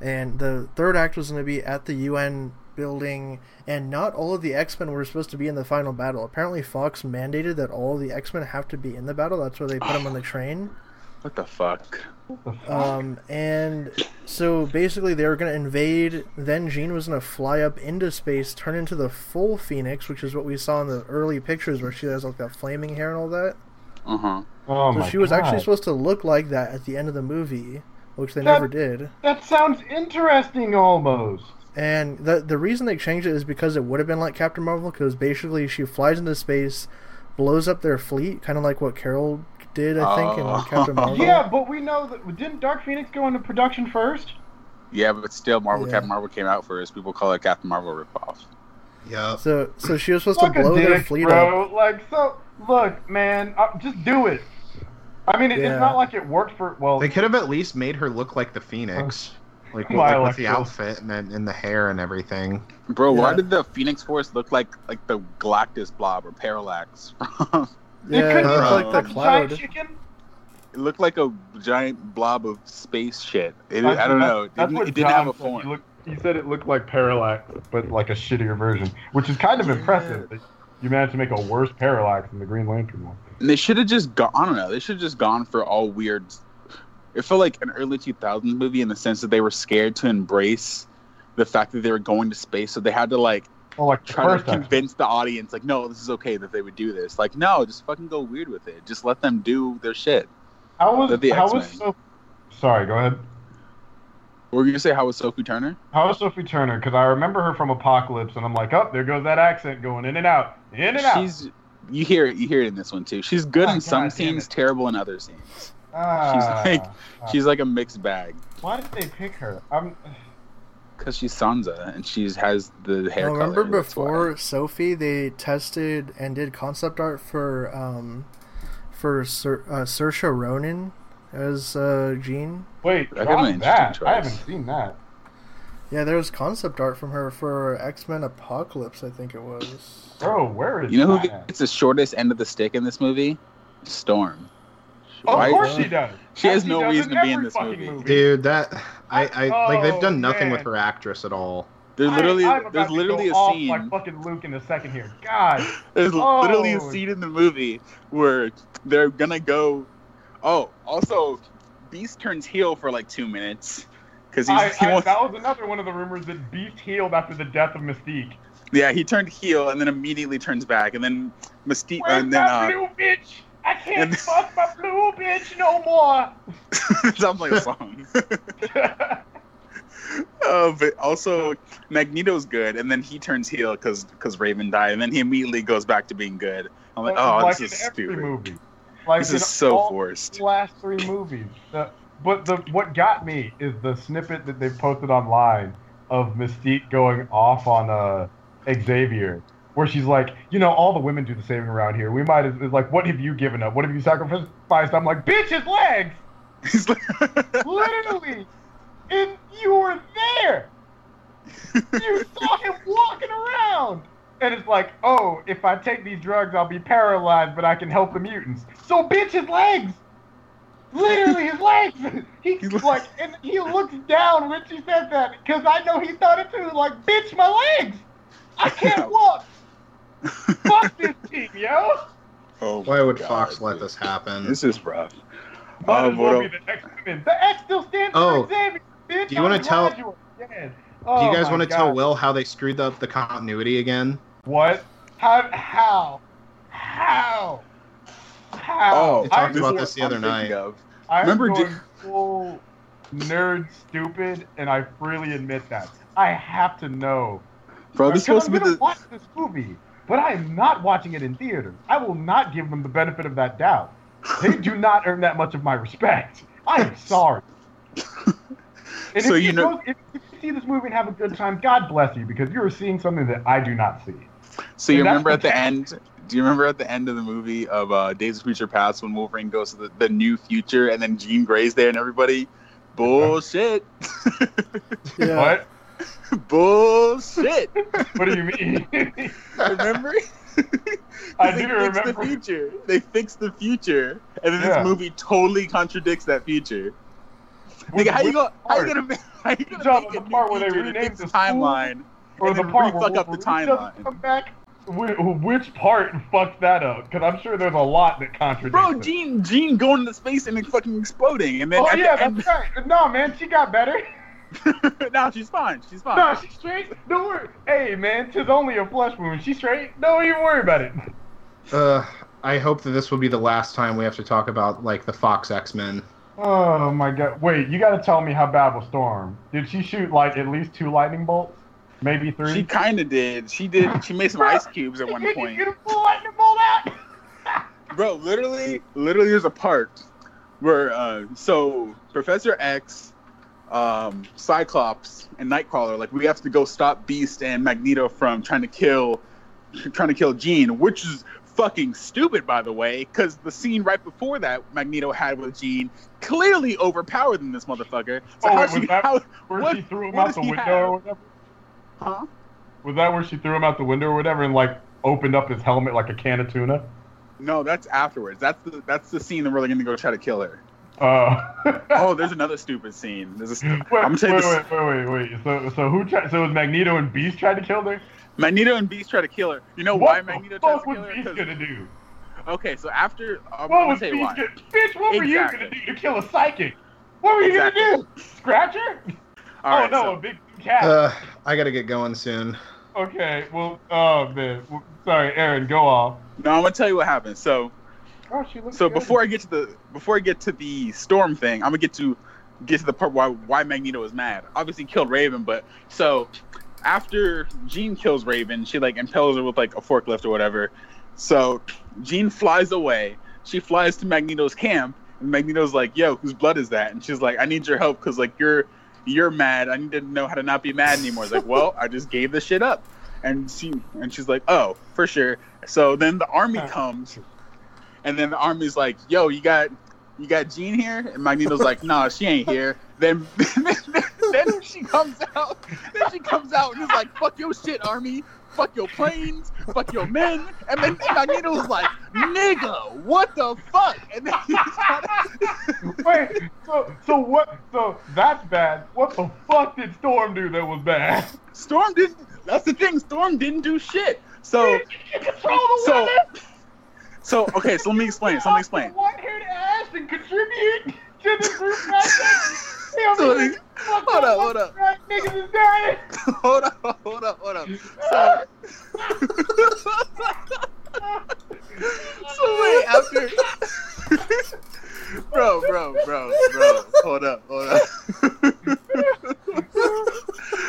Speaker 2: and the third act was going to be at the UN building. And not all of the X Men were supposed to be in the final battle. Apparently, Fox mandated that all the X Men have to be in the battle. That's why they put them on the train.
Speaker 3: What the fuck?
Speaker 1: What the fuck?
Speaker 2: Um, and so basically, they were going to invade. Then Jean was going to fly up into space, turn into the full Phoenix, which is what we saw in the early pictures where she has like that flaming hair and all that.
Speaker 3: Uh huh.
Speaker 1: oh
Speaker 2: so
Speaker 1: my
Speaker 2: she was actually
Speaker 1: God.
Speaker 2: supposed to look like that at the end of the movie, which they
Speaker 1: That-
Speaker 2: never did.
Speaker 1: That sounds interesting, almost.
Speaker 2: And the the reason they changed it is because it would have been like Captain Marvel, because basically she flies into space, blows up their fleet, kind of like what Carol did, I think,
Speaker 3: Oh.
Speaker 2: in
Speaker 1: [laughs]
Speaker 2: Captain Marvel.
Speaker 1: Yeah, but we know that didn't Dark Phoenix go into production first?
Speaker 3: Yeah, but still, Marvel
Speaker 2: Yeah.
Speaker 3: Captain Marvel came out first. People call it Captain Marvel ripoff.
Speaker 6: Yep.
Speaker 2: So so she was supposed
Speaker 1: Fuck
Speaker 2: to
Speaker 1: a
Speaker 2: blow their
Speaker 1: dick,
Speaker 2: fleet up.
Speaker 1: bro. Like so, look, man, uh, just do it. I mean, it,
Speaker 2: Yeah.
Speaker 1: it's not like it worked for well.
Speaker 6: They could have at least made her look like the Phoenix, like,
Speaker 1: My
Speaker 6: like with the
Speaker 1: electro.
Speaker 6: outfit and, then- and the hair and everything.
Speaker 3: Bro, why
Speaker 2: Yeah.
Speaker 3: did the Phoenix Force look like like the Galactus blob or Parallax? [laughs]
Speaker 1: it
Speaker 2: Yeah,
Speaker 1: could
Speaker 6: uh,
Speaker 1: have
Speaker 2: like
Speaker 1: been
Speaker 2: the
Speaker 1: a
Speaker 2: cloud.
Speaker 1: giant chicken.
Speaker 3: it looked like a giant blob of space shit. It,
Speaker 1: That's-
Speaker 3: I don't
Speaker 1: that's-
Speaker 3: know. It
Speaker 1: That's
Speaker 3: didn't,
Speaker 1: what
Speaker 3: it didn't
Speaker 1: John
Speaker 3: have a
Speaker 1: said. He,
Speaker 3: form.
Speaker 1: looked, he said it looked like Parallax, but like a shittier version, which is kind of impressive. that You managed to make a worse Parallax than the Green Lantern one.
Speaker 3: And they should have just gone. I don't know. They should have just gone for all weird. It felt like an early 2000s movie in the sense that they were scared to embrace the fact that they were going to space, so they had to like
Speaker 1: Oh, like the
Speaker 3: try
Speaker 1: first
Speaker 3: to
Speaker 1: time.
Speaker 3: convince the audience, like, no, this is okay that they would do this. Like, no, just fucking go weird with it. Just let them do their shit.
Speaker 1: How was
Speaker 3: of the
Speaker 1: how was
Speaker 3: X-Men.
Speaker 1: so? Sorry, go ahead.
Speaker 3: Were you gonna say how was Sophie Turner?
Speaker 1: How is Sophie Turner? Because I remember her from Apocalypse, and I'm like, oh, there goes that accent going in and out, in and out.
Speaker 3: She's you hear it you hear it in this one too. She's good
Speaker 1: Ah,
Speaker 3: in
Speaker 1: God
Speaker 3: some
Speaker 1: damn
Speaker 3: scenes,
Speaker 1: it.
Speaker 3: terrible in other scenes.
Speaker 1: Ah,
Speaker 3: she's like- She's like a mixed bag
Speaker 1: why did they pick her? I'm,
Speaker 3: because she's Sansa and she has the hair.
Speaker 2: Now, remember
Speaker 3: color, that's why.
Speaker 2: before Sophie, they tested and did concept art for um, for Sir, uh, Saoirse Ronan as uh, Jean.
Speaker 1: wait,
Speaker 3: That'd be an
Speaker 1: on
Speaker 3: interesting
Speaker 1: that I
Speaker 3: choice.
Speaker 1: haven't seen that.
Speaker 2: Yeah, there was concept art from her for X Men Apocalypse, I think
Speaker 1: [laughs]
Speaker 2: it was.
Speaker 1: Bro, where is
Speaker 3: You know who
Speaker 1: that?
Speaker 3: gets the shortest end of the stick in this movie? Storm.
Speaker 1: Of
Speaker 3: Why-
Speaker 1: course she does.
Speaker 3: She has
Speaker 1: She
Speaker 3: no
Speaker 1: does
Speaker 3: reason
Speaker 1: in
Speaker 3: to be
Speaker 1: every
Speaker 3: in this
Speaker 1: fucking
Speaker 3: movie.
Speaker 6: Dude, that I, I like they've
Speaker 1: Oh,
Speaker 6: done nothing
Speaker 1: man.
Speaker 6: with her actress at all.
Speaker 3: There's
Speaker 1: I-
Speaker 3: literally
Speaker 1: I'm about
Speaker 3: there's
Speaker 1: to
Speaker 3: literally
Speaker 1: go
Speaker 3: a
Speaker 1: off
Speaker 3: scene.
Speaker 1: Like fucking Luke in a second here.
Speaker 3: [laughs]
Speaker 1: God.
Speaker 3: There's
Speaker 1: Oh.
Speaker 3: literally a scene in the movie where they're gonna go. Oh, also, Beast turns heel for like two minutes because he
Speaker 1: I, I,
Speaker 3: wants.
Speaker 1: that was another one of the rumors that Beast healed after the death of Mystique.
Speaker 3: Yeah, he turned heel and then immediately turns back, and then Mystique,
Speaker 1: Where's
Speaker 3: and then
Speaker 1: my
Speaker 3: uh,
Speaker 1: blue bitch? I can't
Speaker 3: and-
Speaker 1: fuck my blue bitch no
Speaker 3: [laughs]
Speaker 1: more.
Speaker 3: sounds like a song. [laughs] uh, but also, Magneto's good, and then he turns heel because Raven died, and then he immediately goes back to being good. I'm like, oh,
Speaker 1: Like
Speaker 3: this
Speaker 1: in
Speaker 3: is
Speaker 1: every
Speaker 3: stupid.
Speaker 1: Movie. Like
Speaker 3: This
Speaker 1: in
Speaker 3: is so
Speaker 1: all
Speaker 3: forced.
Speaker 1: the last three movies. The- but the what got me is the snippet that they posted online of Mystique going off on uh, Xavier, where she's like, you know, all the women do the same around here. We might as it's like, what have you given up? What have you sacrificed? I'm like, bitch, his legs,
Speaker 3: [laughs] He's like,
Speaker 1: literally, and you were there. You saw him walking around, and it's like, oh, if I take these drugs, I'll be paralyzed, but I can help the mutants. So, bitch, his legs. Literally, his legs. He's like, and he looks down when she said that because I know he thought it too. Like, bitch, my legs. I can't walk. Fuck this team, yo.
Speaker 3: oh my
Speaker 6: Why would
Speaker 3: God,
Speaker 6: Fox let
Speaker 3: dude.
Speaker 6: this happen?
Speaker 3: This is rough.
Speaker 1: Might
Speaker 3: Um,
Speaker 1: as well
Speaker 3: what
Speaker 1: be the X women. The X still stands
Speaker 6: Oh.
Speaker 1: for Xavier. Bitch,
Speaker 6: Do you
Speaker 1: I'm
Speaker 6: wanna
Speaker 1: a
Speaker 6: tell-
Speaker 1: graduate. Yes.
Speaker 6: Do
Speaker 1: Oh
Speaker 6: you guys
Speaker 1: my
Speaker 6: want to tell
Speaker 1: God.
Speaker 6: Will how they screwed up the continuity again?
Speaker 1: what? How? How? How? How?
Speaker 3: Oh,
Speaker 6: We talked
Speaker 1: I'm
Speaker 3: this is
Speaker 6: about
Speaker 3: what
Speaker 6: this the other
Speaker 3: I'm thinking
Speaker 6: night.
Speaker 3: of.
Speaker 1: I'm
Speaker 3: Remember,
Speaker 1: going
Speaker 3: did-
Speaker 1: full nerd stupid, and I freely admit that. I have to know.
Speaker 3: Bro, this is
Speaker 1: Because
Speaker 3: supposed
Speaker 1: I'm
Speaker 3: to be
Speaker 1: gonna
Speaker 3: the.
Speaker 1: watch this movie, but I am not watching it in theaters. I will not give them the benefit of that doubt. They
Speaker 3: [laughs]
Speaker 1: do not earn that much of my respect. I am sorry. And
Speaker 3: So
Speaker 1: if
Speaker 3: you know-
Speaker 1: go- if, if you see this movie and have a good time, God bless you because you are seeing something that I do not see.
Speaker 3: So you
Speaker 1: And that's
Speaker 3: remember at
Speaker 1: the-
Speaker 3: the end? Do you remember at the end of the movie of uh, Days of Future Past when Wolverine goes to the, the new future and then Jean Grey's there and everybody, bullshit, [laughs]
Speaker 2: Yeah.
Speaker 1: What?
Speaker 3: bullshit.
Speaker 1: What
Speaker 3: [laughs]
Speaker 1: do you mean?
Speaker 3: Remember?
Speaker 1: [laughs] I
Speaker 3: [laughs] They
Speaker 1: do
Speaker 3: fixed
Speaker 1: remember.
Speaker 3: the future. They fixed the future, and then
Speaker 1: Yeah.
Speaker 3: this movie totally contradicts that future. Nigga, how you go? How you gonna? [laughs] ma- How you
Speaker 1: You're talking
Speaker 3: gonna
Speaker 1: about
Speaker 3: make
Speaker 1: the
Speaker 3: a new
Speaker 1: part where they
Speaker 3: future that
Speaker 1: renamed
Speaker 3: fixes
Speaker 1: the school?
Speaker 3: timeline?
Speaker 1: or
Speaker 3: and
Speaker 1: the
Speaker 3: then
Speaker 1: part where
Speaker 3: re-fuck up the
Speaker 1: Wolverine doesn't
Speaker 3: timeline.
Speaker 1: Come back. Wh- Which part fucked that up? Because I'm sure there's a lot that contradicts.
Speaker 3: Bro,
Speaker 1: it.
Speaker 3: Jean, Jean going into space and then fucking exploding, and then
Speaker 1: Oh
Speaker 3: at
Speaker 1: yeah,
Speaker 3: the end,
Speaker 1: that's right. No man, she got better.
Speaker 3: [laughs] now she's fine. She's fine.
Speaker 1: No, she's straight. Don't worry. Hey man, tis only a flesh wound. She's straight. Don't even worry about it.
Speaker 6: Uh, I hope that this will be the last time we have to talk about like the Fox X Men.
Speaker 1: Oh my god. Wait, you gotta tell me how bad was Storm. Did she shoot like at least two lightning bolts? Maybe three?
Speaker 3: She kind of did. She did. She made some ice cubes at one point.
Speaker 1: Get a full lightning bolt out.
Speaker 3: Bro, literally, literally, there's a part where uh, so Professor X, um, Cyclops, and Nightcrawler like we have to go stop Beast and Magneto from trying to kill, trying to kill Jean, which is fucking stupid by the way, because the scene right before that Magneto had with Jean clearly overpowered than this motherfucker. So
Speaker 1: Oh,
Speaker 3: how
Speaker 1: wait,
Speaker 3: she,
Speaker 1: was that-
Speaker 3: how,
Speaker 1: Where
Speaker 3: What-
Speaker 1: she threw him
Speaker 3: what
Speaker 1: out
Speaker 3: does
Speaker 1: the
Speaker 3: he
Speaker 1: window
Speaker 3: have?
Speaker 1: or whatever.
Speaker 3: huh?
Speaker 1: Was that where she threw him out the window or whatever and like opened up his helmet like a can of tuna?
Speaker 3: No, that's afterwards. That's the that's the scene that we're gonna go try to kill
Speaker 1: [laughs]
Speaker 3: her.
Speaker 1: Uh,
Speaker 3: Oh, there's another stupid scene.
Speaker 1: [laughs]
Speaker 3: There's this,
Speaker 1: wait,
Speaker 3: I'm
Speaker 1: wait,
Speaker 3: saying
Speaker 1: wait,
Speaker 3: this-
Speaker 1: wait, wait, wait. So, so who tried? So was Magneto and Beast tried to kill her?
Speaker 3: Magneto and Beast try to kill her. You know why
Speaker 1: what
Speaker 3: Magneto
Speaker 1: the
Speaker 3: tries
Speaker 1: fuck
Speaker 3: to
Speaker 1: was
Speaker 3: kill her?
Speaker 1: Beast
Speaker 3: 'Cause-
Speaker 1: gonna do?
Speaker 3: Okay, so after uh, I'm
Speaker 1: What
Speaker 3: gonna
Speaker 1: was
Speaker 3: tell
Speaker 1: Beast
Speaker 3: you why.
Speaker 1: gonna, bitch? What were you gonna
Speaker 3: Exactly.
Speaker 1: do to kill a psychic? What were you gonna
Speaker 3: Exactly.
Speaker 1: do? Scratch her?
Speaker 3: All
Speaker 1: oh
Speaker 3: right,
Speaker 1: no,
Speaker 3: so-
Speaker 1: a big cat.
Speaker 6: Uh, I gotta get going soon.
Speaker 1: okay, well, oh man, well, sorry, Aaron, go off.
Speaker 3: no, I'm gonna tell you what happened. So,
Speaker 1: Oh, she looks
Speaker 3: so before I get to the before I get to the storm thing, I'm gonna get to get to the part why why Magneto is mad. Obviously, he killed Raven, but so after Jean kills Raven, she like impels her with like a forklift or whatever. So Jean flies away. She flies to Magneto's camp, and Magneto's like, "Yo, whose blood is that?" And she's like, "I need your help because like you're you're mad. I need to know how to not be mad anymore." It's like, [laughs] "Well, I just gave this shit up," and she and she's like, "Oh, for sure." So then the army comes, and then the army's like, "Yo, you got you got Jean here?" And Magneto's like, "Nah, she ain't here." Then [laughs] then she comes out. Then she comes out and is like, "Fuck your shit, army." Fuck your planes, fuck your men, and then and Magneto's like, "Nigga, what the fuck?" And then [laughs] he
Speaker 1: [laughs] wait, so so what? So that's bad. What the fuck did Storm do that was bad?
Speaker 3: Storm didn't. That's the thing. Storm didn't do shit. So,
Speaker 1: [laughs] You control the
Speaker 3: So-
Speaker 1: women.
Speaker 3: so okay. So let me explain. So let me explain.
Speaker 1: White haired ass and contribute to the
Speaker 3: [laughs]
Speaker 1: group message. Yeah,
Speaker 3: So,
Speaker 1: man, fuck
Speaker 3: hold
Speaker 1: all
Speaker 3: up, hold
Speaker 1: my
Speaker 3: up.
Speaker 1: black Niggas is dying.
Speaker 3: [laughs] hold up, hold up, hold up. So,
Speaker 1: [laughs]
Speaker 3: so wait after. [laughs] bro, bro, bro, bro. Hold up, hold up.
Speaker 1: No,
Speaker 3: [laughs]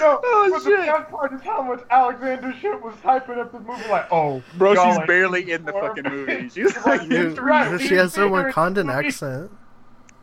Speaker 3: Oh,
Speaker 1: but the
Speaker 3: shit.
Speaker 1: best part is how much Alexander shit was hyping up this movie. Like, oh,
Speaker 3: Bro,
Speaker 1: y'all
Speaker 3: she's
Speaker 1: ain't
Speaker 3: barely in the
Speaker 1: Storm.
Speaker 3: fucking [laughs] movie. She's like,
Speaker 1: Dude,
Speaker 2: Dude, she has that
Speaker 1: Right.
Speaker 2: Wakandan accent.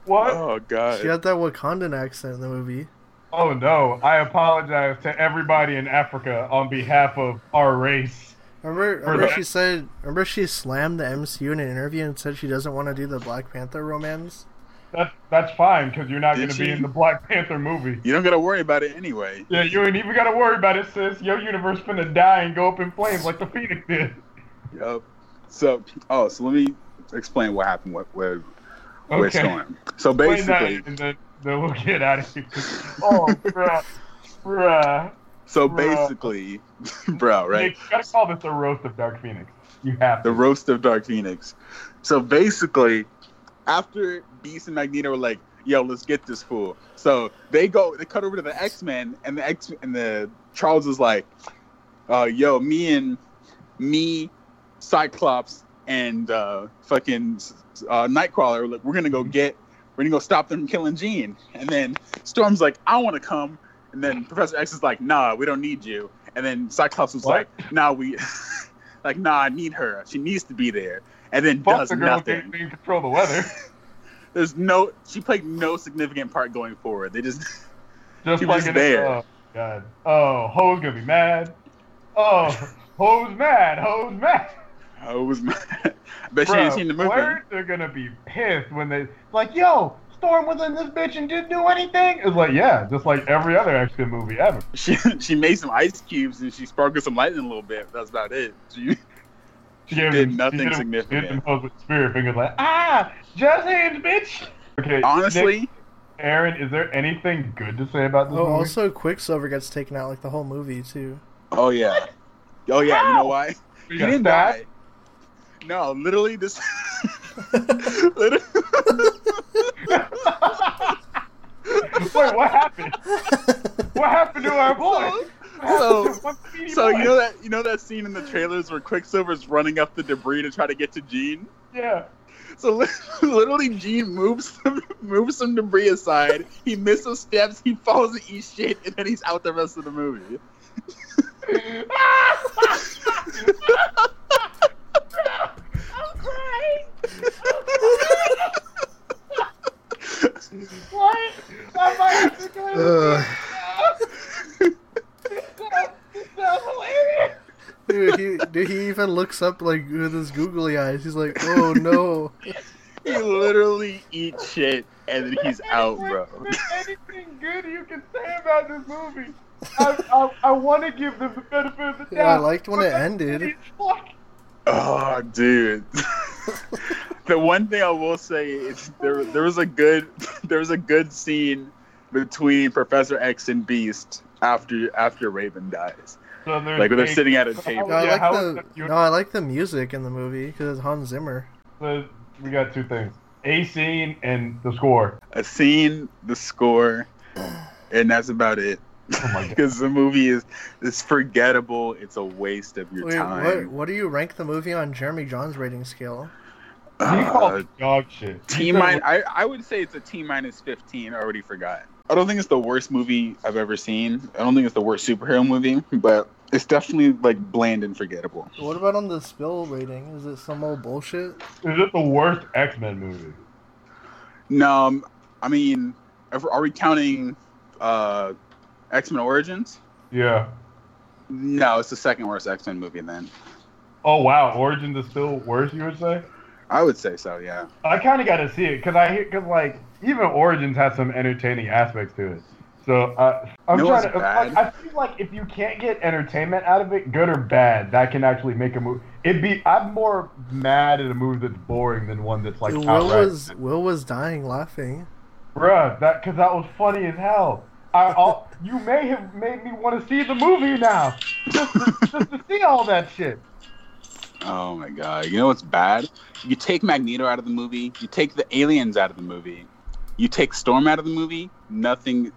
Speaker 1: what?
Speaker 3: oh
Speaker 1: Uh,
Speaker 2: She
Speaker 3: god.
Speaker 2: had that Wakandan accent in the movie.
Speaker 1: Oh no! I apologize to everybody in Africa on behalf of our race.
Speaker 2: Remember,
Speaker 1: For
Speaker 2: remember
Speaker 1: the-
Speaker 2: she said. Remember she slammed the MCU in an interview and said she doesn't want to do the Black Panther romance.
Speaker 1: That's that's fine because you're not
Speaker 3: Did
Speaker 1: going to be
Speaker 3: she?
Speaker 1: in the Black Panther movie.
Speaker 3: You don't got to worry about it anyway.
Speaker 1: Yeah, you ain't even got to worry about it, sis. Your universe finna die and go up in flames like the Phoenix did.
Speaker 3: Yep. So, oh, so let me explain what happened with where where
Speaker 1: Okay.
Speaker 3: Storm. So
Speaker 1: Explain that
Speaker 3: basically,
Speaker 1: and then, then we'll get out of here. [laughs] Oh, bruh. Bruh.
Speaker 3: so
Speaker 1: Bruh.
Speaker 3: basically, [laughs] bro, right?
Speaker 1: Nick, you gotta call this the roast of Dark Phoenix. You have
Speaker 3: The
Speaker 1: to.
Speaker 3: roast of Dark Phoenix. So basically, after Beast and Magneto were like, "Yo, let's get this fool," so they go, they cut over to the X Men, and the X and the Charles is like, uh, "Yo, me and me, Cyclops and uh, fucking uh, Nightcrawler, like, we're gonna go get, we're gonna go stop them from killing Jean." And then Storm's like, "I want to come," and then Professor X is like, "Nah, we don't need you." And then Cyclops was
Speaker 1: What?
Speaker 3: like, "Nah, we." Like nah, I need her. She needs to be there. And then
Speaker 1: Fuck
Speaker 3: does
Speaker 1: the girl who
Speaker 3: nothing.
Speaker 1: can't even control the weather.
Speaker 3: There's no. She played no significant part going forward. They just. [laughs]
Speaker 1: Just
Speaker 3: She
Speaker 1: like
Speaker 3: was
Speaker 1: in-
Speaker 3: there.
Speaker 1: Oh, God. Oh, Ho's gonna be mad.
Speaker 3: [laughs]
Speaker 1: Oh, Ho's mad. Ho's mad.
Speaker 3: I was. mad. [laughs] but she
Speaker 1: Bro,
Speaker 3: didn't seem to move.
Speaker 1: Where they're gonna be pissed when they like, yo, Storm was in this bitch and didn't do anything. It's like, yeah, just like every other action movie ever.
Speaker 3: [laughs] She she made some ice cubes and she sparkled some lightning a little bit. That's about it. She,
Speaker 1: She
Speaker 3: did nothing
Speaker 1: hit him-
Speaker 3: significant.
Speaker 1: Hit him hose with spirit fingers like, ah, just hands, bitch. Okay, Nick,
Speaker 3: honestly,
Speaker 1: Aaron, is there anything good to say about this
Speaker 2: Oh,
Speaker 1: movie?
Speaker 2: also Quicksilver gets taken out like the whole movie too.
Speaker 3: oh yeah, oh yeah. You know
Speaker 1: How?
Speaker 3: why?
Speaker 1: We
Speaker 3: He
Speaker 1: got
Speaker 3: didn't
Speaker 1: that.
Speaker 3: die. No, literally this. Literally-
Speaker 1: [laughs] Wait, what happened? What happened to our boy?
Speaker 3: So-
Speaker 1: [laughs] What happened to my
Speaker 3: so
Speaker 1: boy?
Speaker 3: you know that you know that scene in the trailers where Quicksilver's running up the debris to try to get to Jean. [laughs]
Speaker 1: yeah. [laughs]
Speaker 3: So li- literally, Gene moves [laughs] some, moves some debris aside. He misses steps. He falls and eats shit, and then he's out the rest of the movie.
Speaker 1: I'm
Speaker 2: [laughs]
Speaker 1: crying. What? My mind is going.
Speaker 6: Ugh.
Speaker 1: That's hilarious.
Speaker 2: Dude, he dude, he even looks up like with his googly eyes. He's like, oh
Speaker 1: [laughs]
Speaker 2: no.
Speaker 3: He literally eats shit, and then he's out, bro.
Speaker 1: Is there anything good you can say about this movie? I, I, I want to give them the benefit of the doubt.
Speaker 2: Yeah, I liked when
Speaker 1: but
Speaker 2: it
Speaker 1: that's
Speaker 2: ended.
Speaker 1: fucked.
Speaker 3: Oh, dude. [laughs] the one thing I will say is there there was a good [laughs] there was a good scene between Professor X and Beast after after Raven dies.
Speaker 1: So there's
Speaker 3: Like when they're
Speaker 1: a-
Speaker 3: sitting at a table.
Speaker 2: No, I
Speaker 1: Yeah,
Speaker 2: like
Speaker 1: how
Speaker 2: the
Speaker 1: is that-
Speaker 2: no, I like the music in the movie because it's Hans Zimmer.
Speaker 1: so we got two things: a scene and the score.
Speaker 3: a scene, the score, and that's about it.
Speaker 1: Oh
Speaker 3: [laughs]
Speaker 1: my god!
Speaker 3: Because the movie is it's forgettable. It's a waste of your
Speaker 2: Wait, what
Speaker 3: time.
Speaker 2: what do you rank the movie on Jeremy John's rating scale?
Speaker 1: He called
Speaker 3: Uh,
Speaker 1: it dog shit. He
Speaker 3: T
Speaker 1: said-
Speaker 3: minus. I, I would say it's a T minus fifteen. I already forgot. I don't think it's the worst movie I've ever seen. I don't think it's the worst superhero movie, but it's definitely like bland and forgettable.
Speaker 2: What about on the spill rating? Is it some old bullshit?
Speaker 1: Is it the worst X Men movie?
Speaker 3: No, um, I mean, if- are we counting uh, X Men Origins?
Speaker 1: Yeah.
Speaker 3: No, it's the second worst X Men movie. Then
Speaker 1: Oh wow, Origins is still worse. You would say?
Speaker 3: I would say so. Yeah.
Speaker 1: I kind of got to see it because I because like even Origins has some entertaining aspects to it. So uh, I'm
Speaker 3: It
Speaker 1: trying
Speaker 3: wasn't
Speaker 1: to.
Speaker 3: bad.
Speaker 1: Like, I feel like if you can't get entertainment out of it, good or bad, that can actually make a movie. It'd be I'm more mad at a movie that's boring than one that's like
Speaker 2: Will
Speaker 1: outright.
Speaker 2: was Will was dying laughing.
Speaker 1: Bruh, that because that was funny as hell. I
Speaker 3: [laughs]
Speaker 1: all, you may have made me want to see the movie now, just to, just to see all that shit.
Speaker 3: Oh my god! You know what's bad? You take Magneto out of the movie. You take the aliens out of the movie. You take Storm out of the movie. Nothing.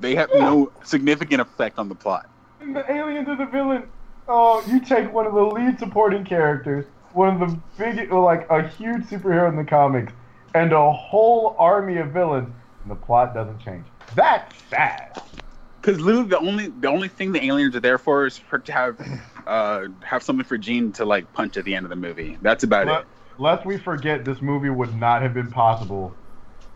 Speaker 3: They have no significant effect on the plot.
Speaker 1: And the aliens are the villain. Oh, you take one of the lead supporting characters, one of the big, like a huge superhero in the comics, and a whole army of villains, and the plot doesn't change. That's sad.
Speaker 3: Because literally, the only the only thing the aliens are there for is for, to have uh, have something for Jean to like punch at the end of the movie. That's about
Speaker 1: Let- Lest we forget, this movie would not have been possible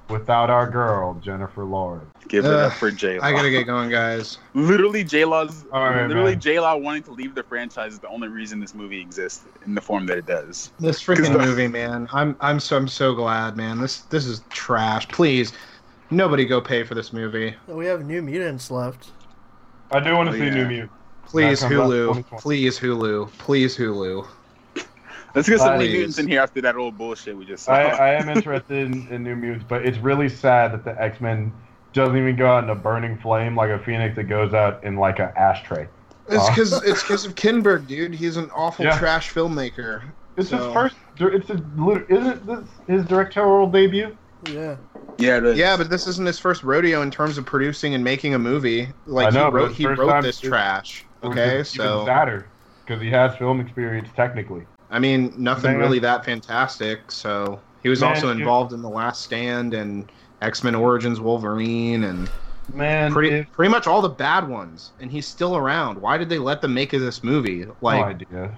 Speaker 1: without our girl Jennifer Lawrence.
Speaker 3: Give it up
Speaker 6: Ugh,
Speaker 3: for J Law.
Speaker 6: I gotta get going, guys.
Speaker 3: literally J Law's
Speaker 1: All right,
Speaker 3: literally
Speaker 1: man.
Speaker 3: J Law wanting to leave the franchise is the only reason this movie exists in the form that it does.
Speaker 6: This
Speaker 3: Cause
Speaker 6: freaking
Speaker 3: the-
Speaker 6: movie, man. I'm I'm so I'm so glad, man. This this is trash. Please, nobody go pay for this movie.
Speaker 2: Oh, We have new mutants left.
Speaker 1: I do want
Speaker 3: Oh,
Speaker 1: to see
Speaker 3: yeah.
Speaker 1: New Mutants.
Speaker 6: Please
Speaker 1: That comes out in
Speaker 6: Hulu.
Speaker 1: 2020.
Speaker 6: Please Hulu. Please Hulu.
Speaker 3: Let's get some new
Speaker 6: Please.
Speaker 3: mutants in here after that old bullshit we just saw.
Speaker 1: I, I am interested in, in New Mutants, but it's really sad that the X Men doesn't even go out in a burning flame like a phoenix. It goes out in like an ashtray.
Speaker 6: It's
Speaker 1: Aw.
Speaker 6: because it's because of Kinberg, dude. He's an awful
Speaker 1: Yeah.
Speaker 6: trash filmmaker.
Speaker 1: It's
Speaker 6: So-
Speaker 1: his first. It's his. lit- Isn't this his directorial debut?
Speaker 2: Yeah.
Speaker 3: yeah, it is.
Speaker 6: Yeah, but this isn't his first rodeo in terms of producing and making a movie. Like
Speaker 1: I know,
Speaker 6: he
Speaker 1: but
Speaker 6: wrote,
Speaker 1: it's
Speaker 6: he
Speaker 1: first
Speaker 6: wrote
Speaker 1: time
Speaker 6: this
Speaker 1: to-
Speaker 6: trash.
Speaker 1: Which
Speaker 6: Okay,
Speaker 1: is even
Speaker 6: so
Speaker 1: sadder because he has film experience technically.
Speaker 6: I mean, nothing
Speaker 1: Man.
Speaker 6: really that fantastic. So he was
Speaker 1: Man,
Speaker 6: also
Speaker 1: if-
Speaker 6: involved in The Last Stand and X Men Origins Wolverine and
Speaker 1: Man,
Speaker 6: pretty
Speaker 1: if-
Speaker 6: pretty much all the bad ones. And he's still around. Why did they let them make this movie?
Speaker 1: no
Speaker 6: Like
Speaker 1: idea.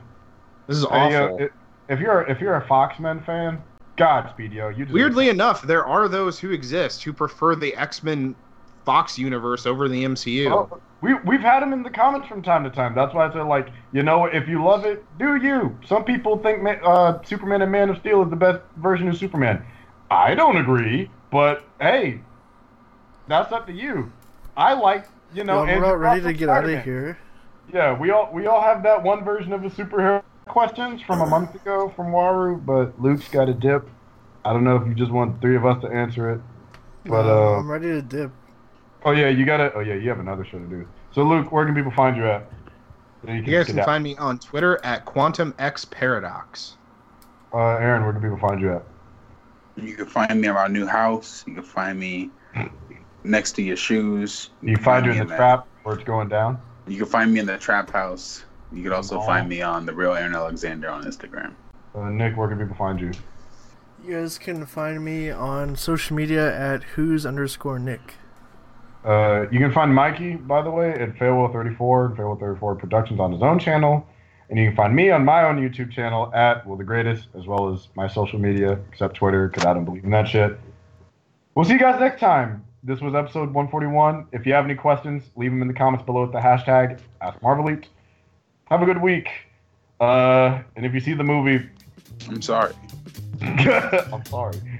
Speaker 6: this is
Speaker 1: Hey, yo,
Speaker 6: awful.
Speaker 1: i- if you're if you're a Foxman fan, Godspeed, yo. You deserve
Speaker 6: Weirdly enough, there are those who exist who prefer the X Men Fox universe over the MCU.
Speaker 1: Oh, we we've had him in the comments from time to time. That's why I said like, you know, if you love it, do you. Some people think Ma- uh, Superman and Man of Steel is the best version of Superman. I don't agree, but hey, that's up to you. I like, you know,
Speaker 2: Well, we're
Speaker 1: Andrew
Speaker 2: not ready to
Speaker 1: Garfield's
Speaker 2: get out of
Speaker 1: Spider-Man.
Speaker 2: here.
Speaker 1: Yeah, we all we all have that one version of a superhero. Questions from a month ago from Waru, but Luke's got a dip. I don't know if you just want the three of us to answer it. But,
Speaker 2: No,
Speaker 1: uh,
Speaker 2: I'm ready to dip.
Speaker 1: Oh yeah, you gotta. Oh yeah, you have another show to do. So Luke, where can people find you at? So
Speaker 6: You guys can
Speaker 1: skedaddle.
Speaker 6: find me on Twitter at Quantum X Paradox.
Speaker 1: Uh, Aaron, where can people find you at?
Speaker 3: You can find me at our new house. You can find me next to your shoes.
Speaker 1: You
Speaker 3: can
Speaker 1: find you in
Speaker 3: me
Speaker 1: the trap where it's going down.
Speaker 3: You can find me in the trap house. You can also
Speaker 1: Oh.
Speaker 3: find me on the real Aaron Alexander on Instagram.
Speaker 1: Uh, Nick, where can people find you?
Speaker 2: You guys can find me on social media at who's underscore Nick.
Speaker 1: Uh, you can find Mikey, by the way, at Failwell34 and Failwell34 Productions on his own channel. And you can find me on my own YouTube channel at Will the Greatest, as well as my social media, except Twitter, because I don't believe in that shit. We'll see you guys next time. This was episode 141. If you have any questions, leave them in the comments below with the hashtag AskMarvelite. Have a good week. Uh, and if you see the movie, [laughs]
Speaker 3: I'm sorry.
Speaker 1: I'm sorry.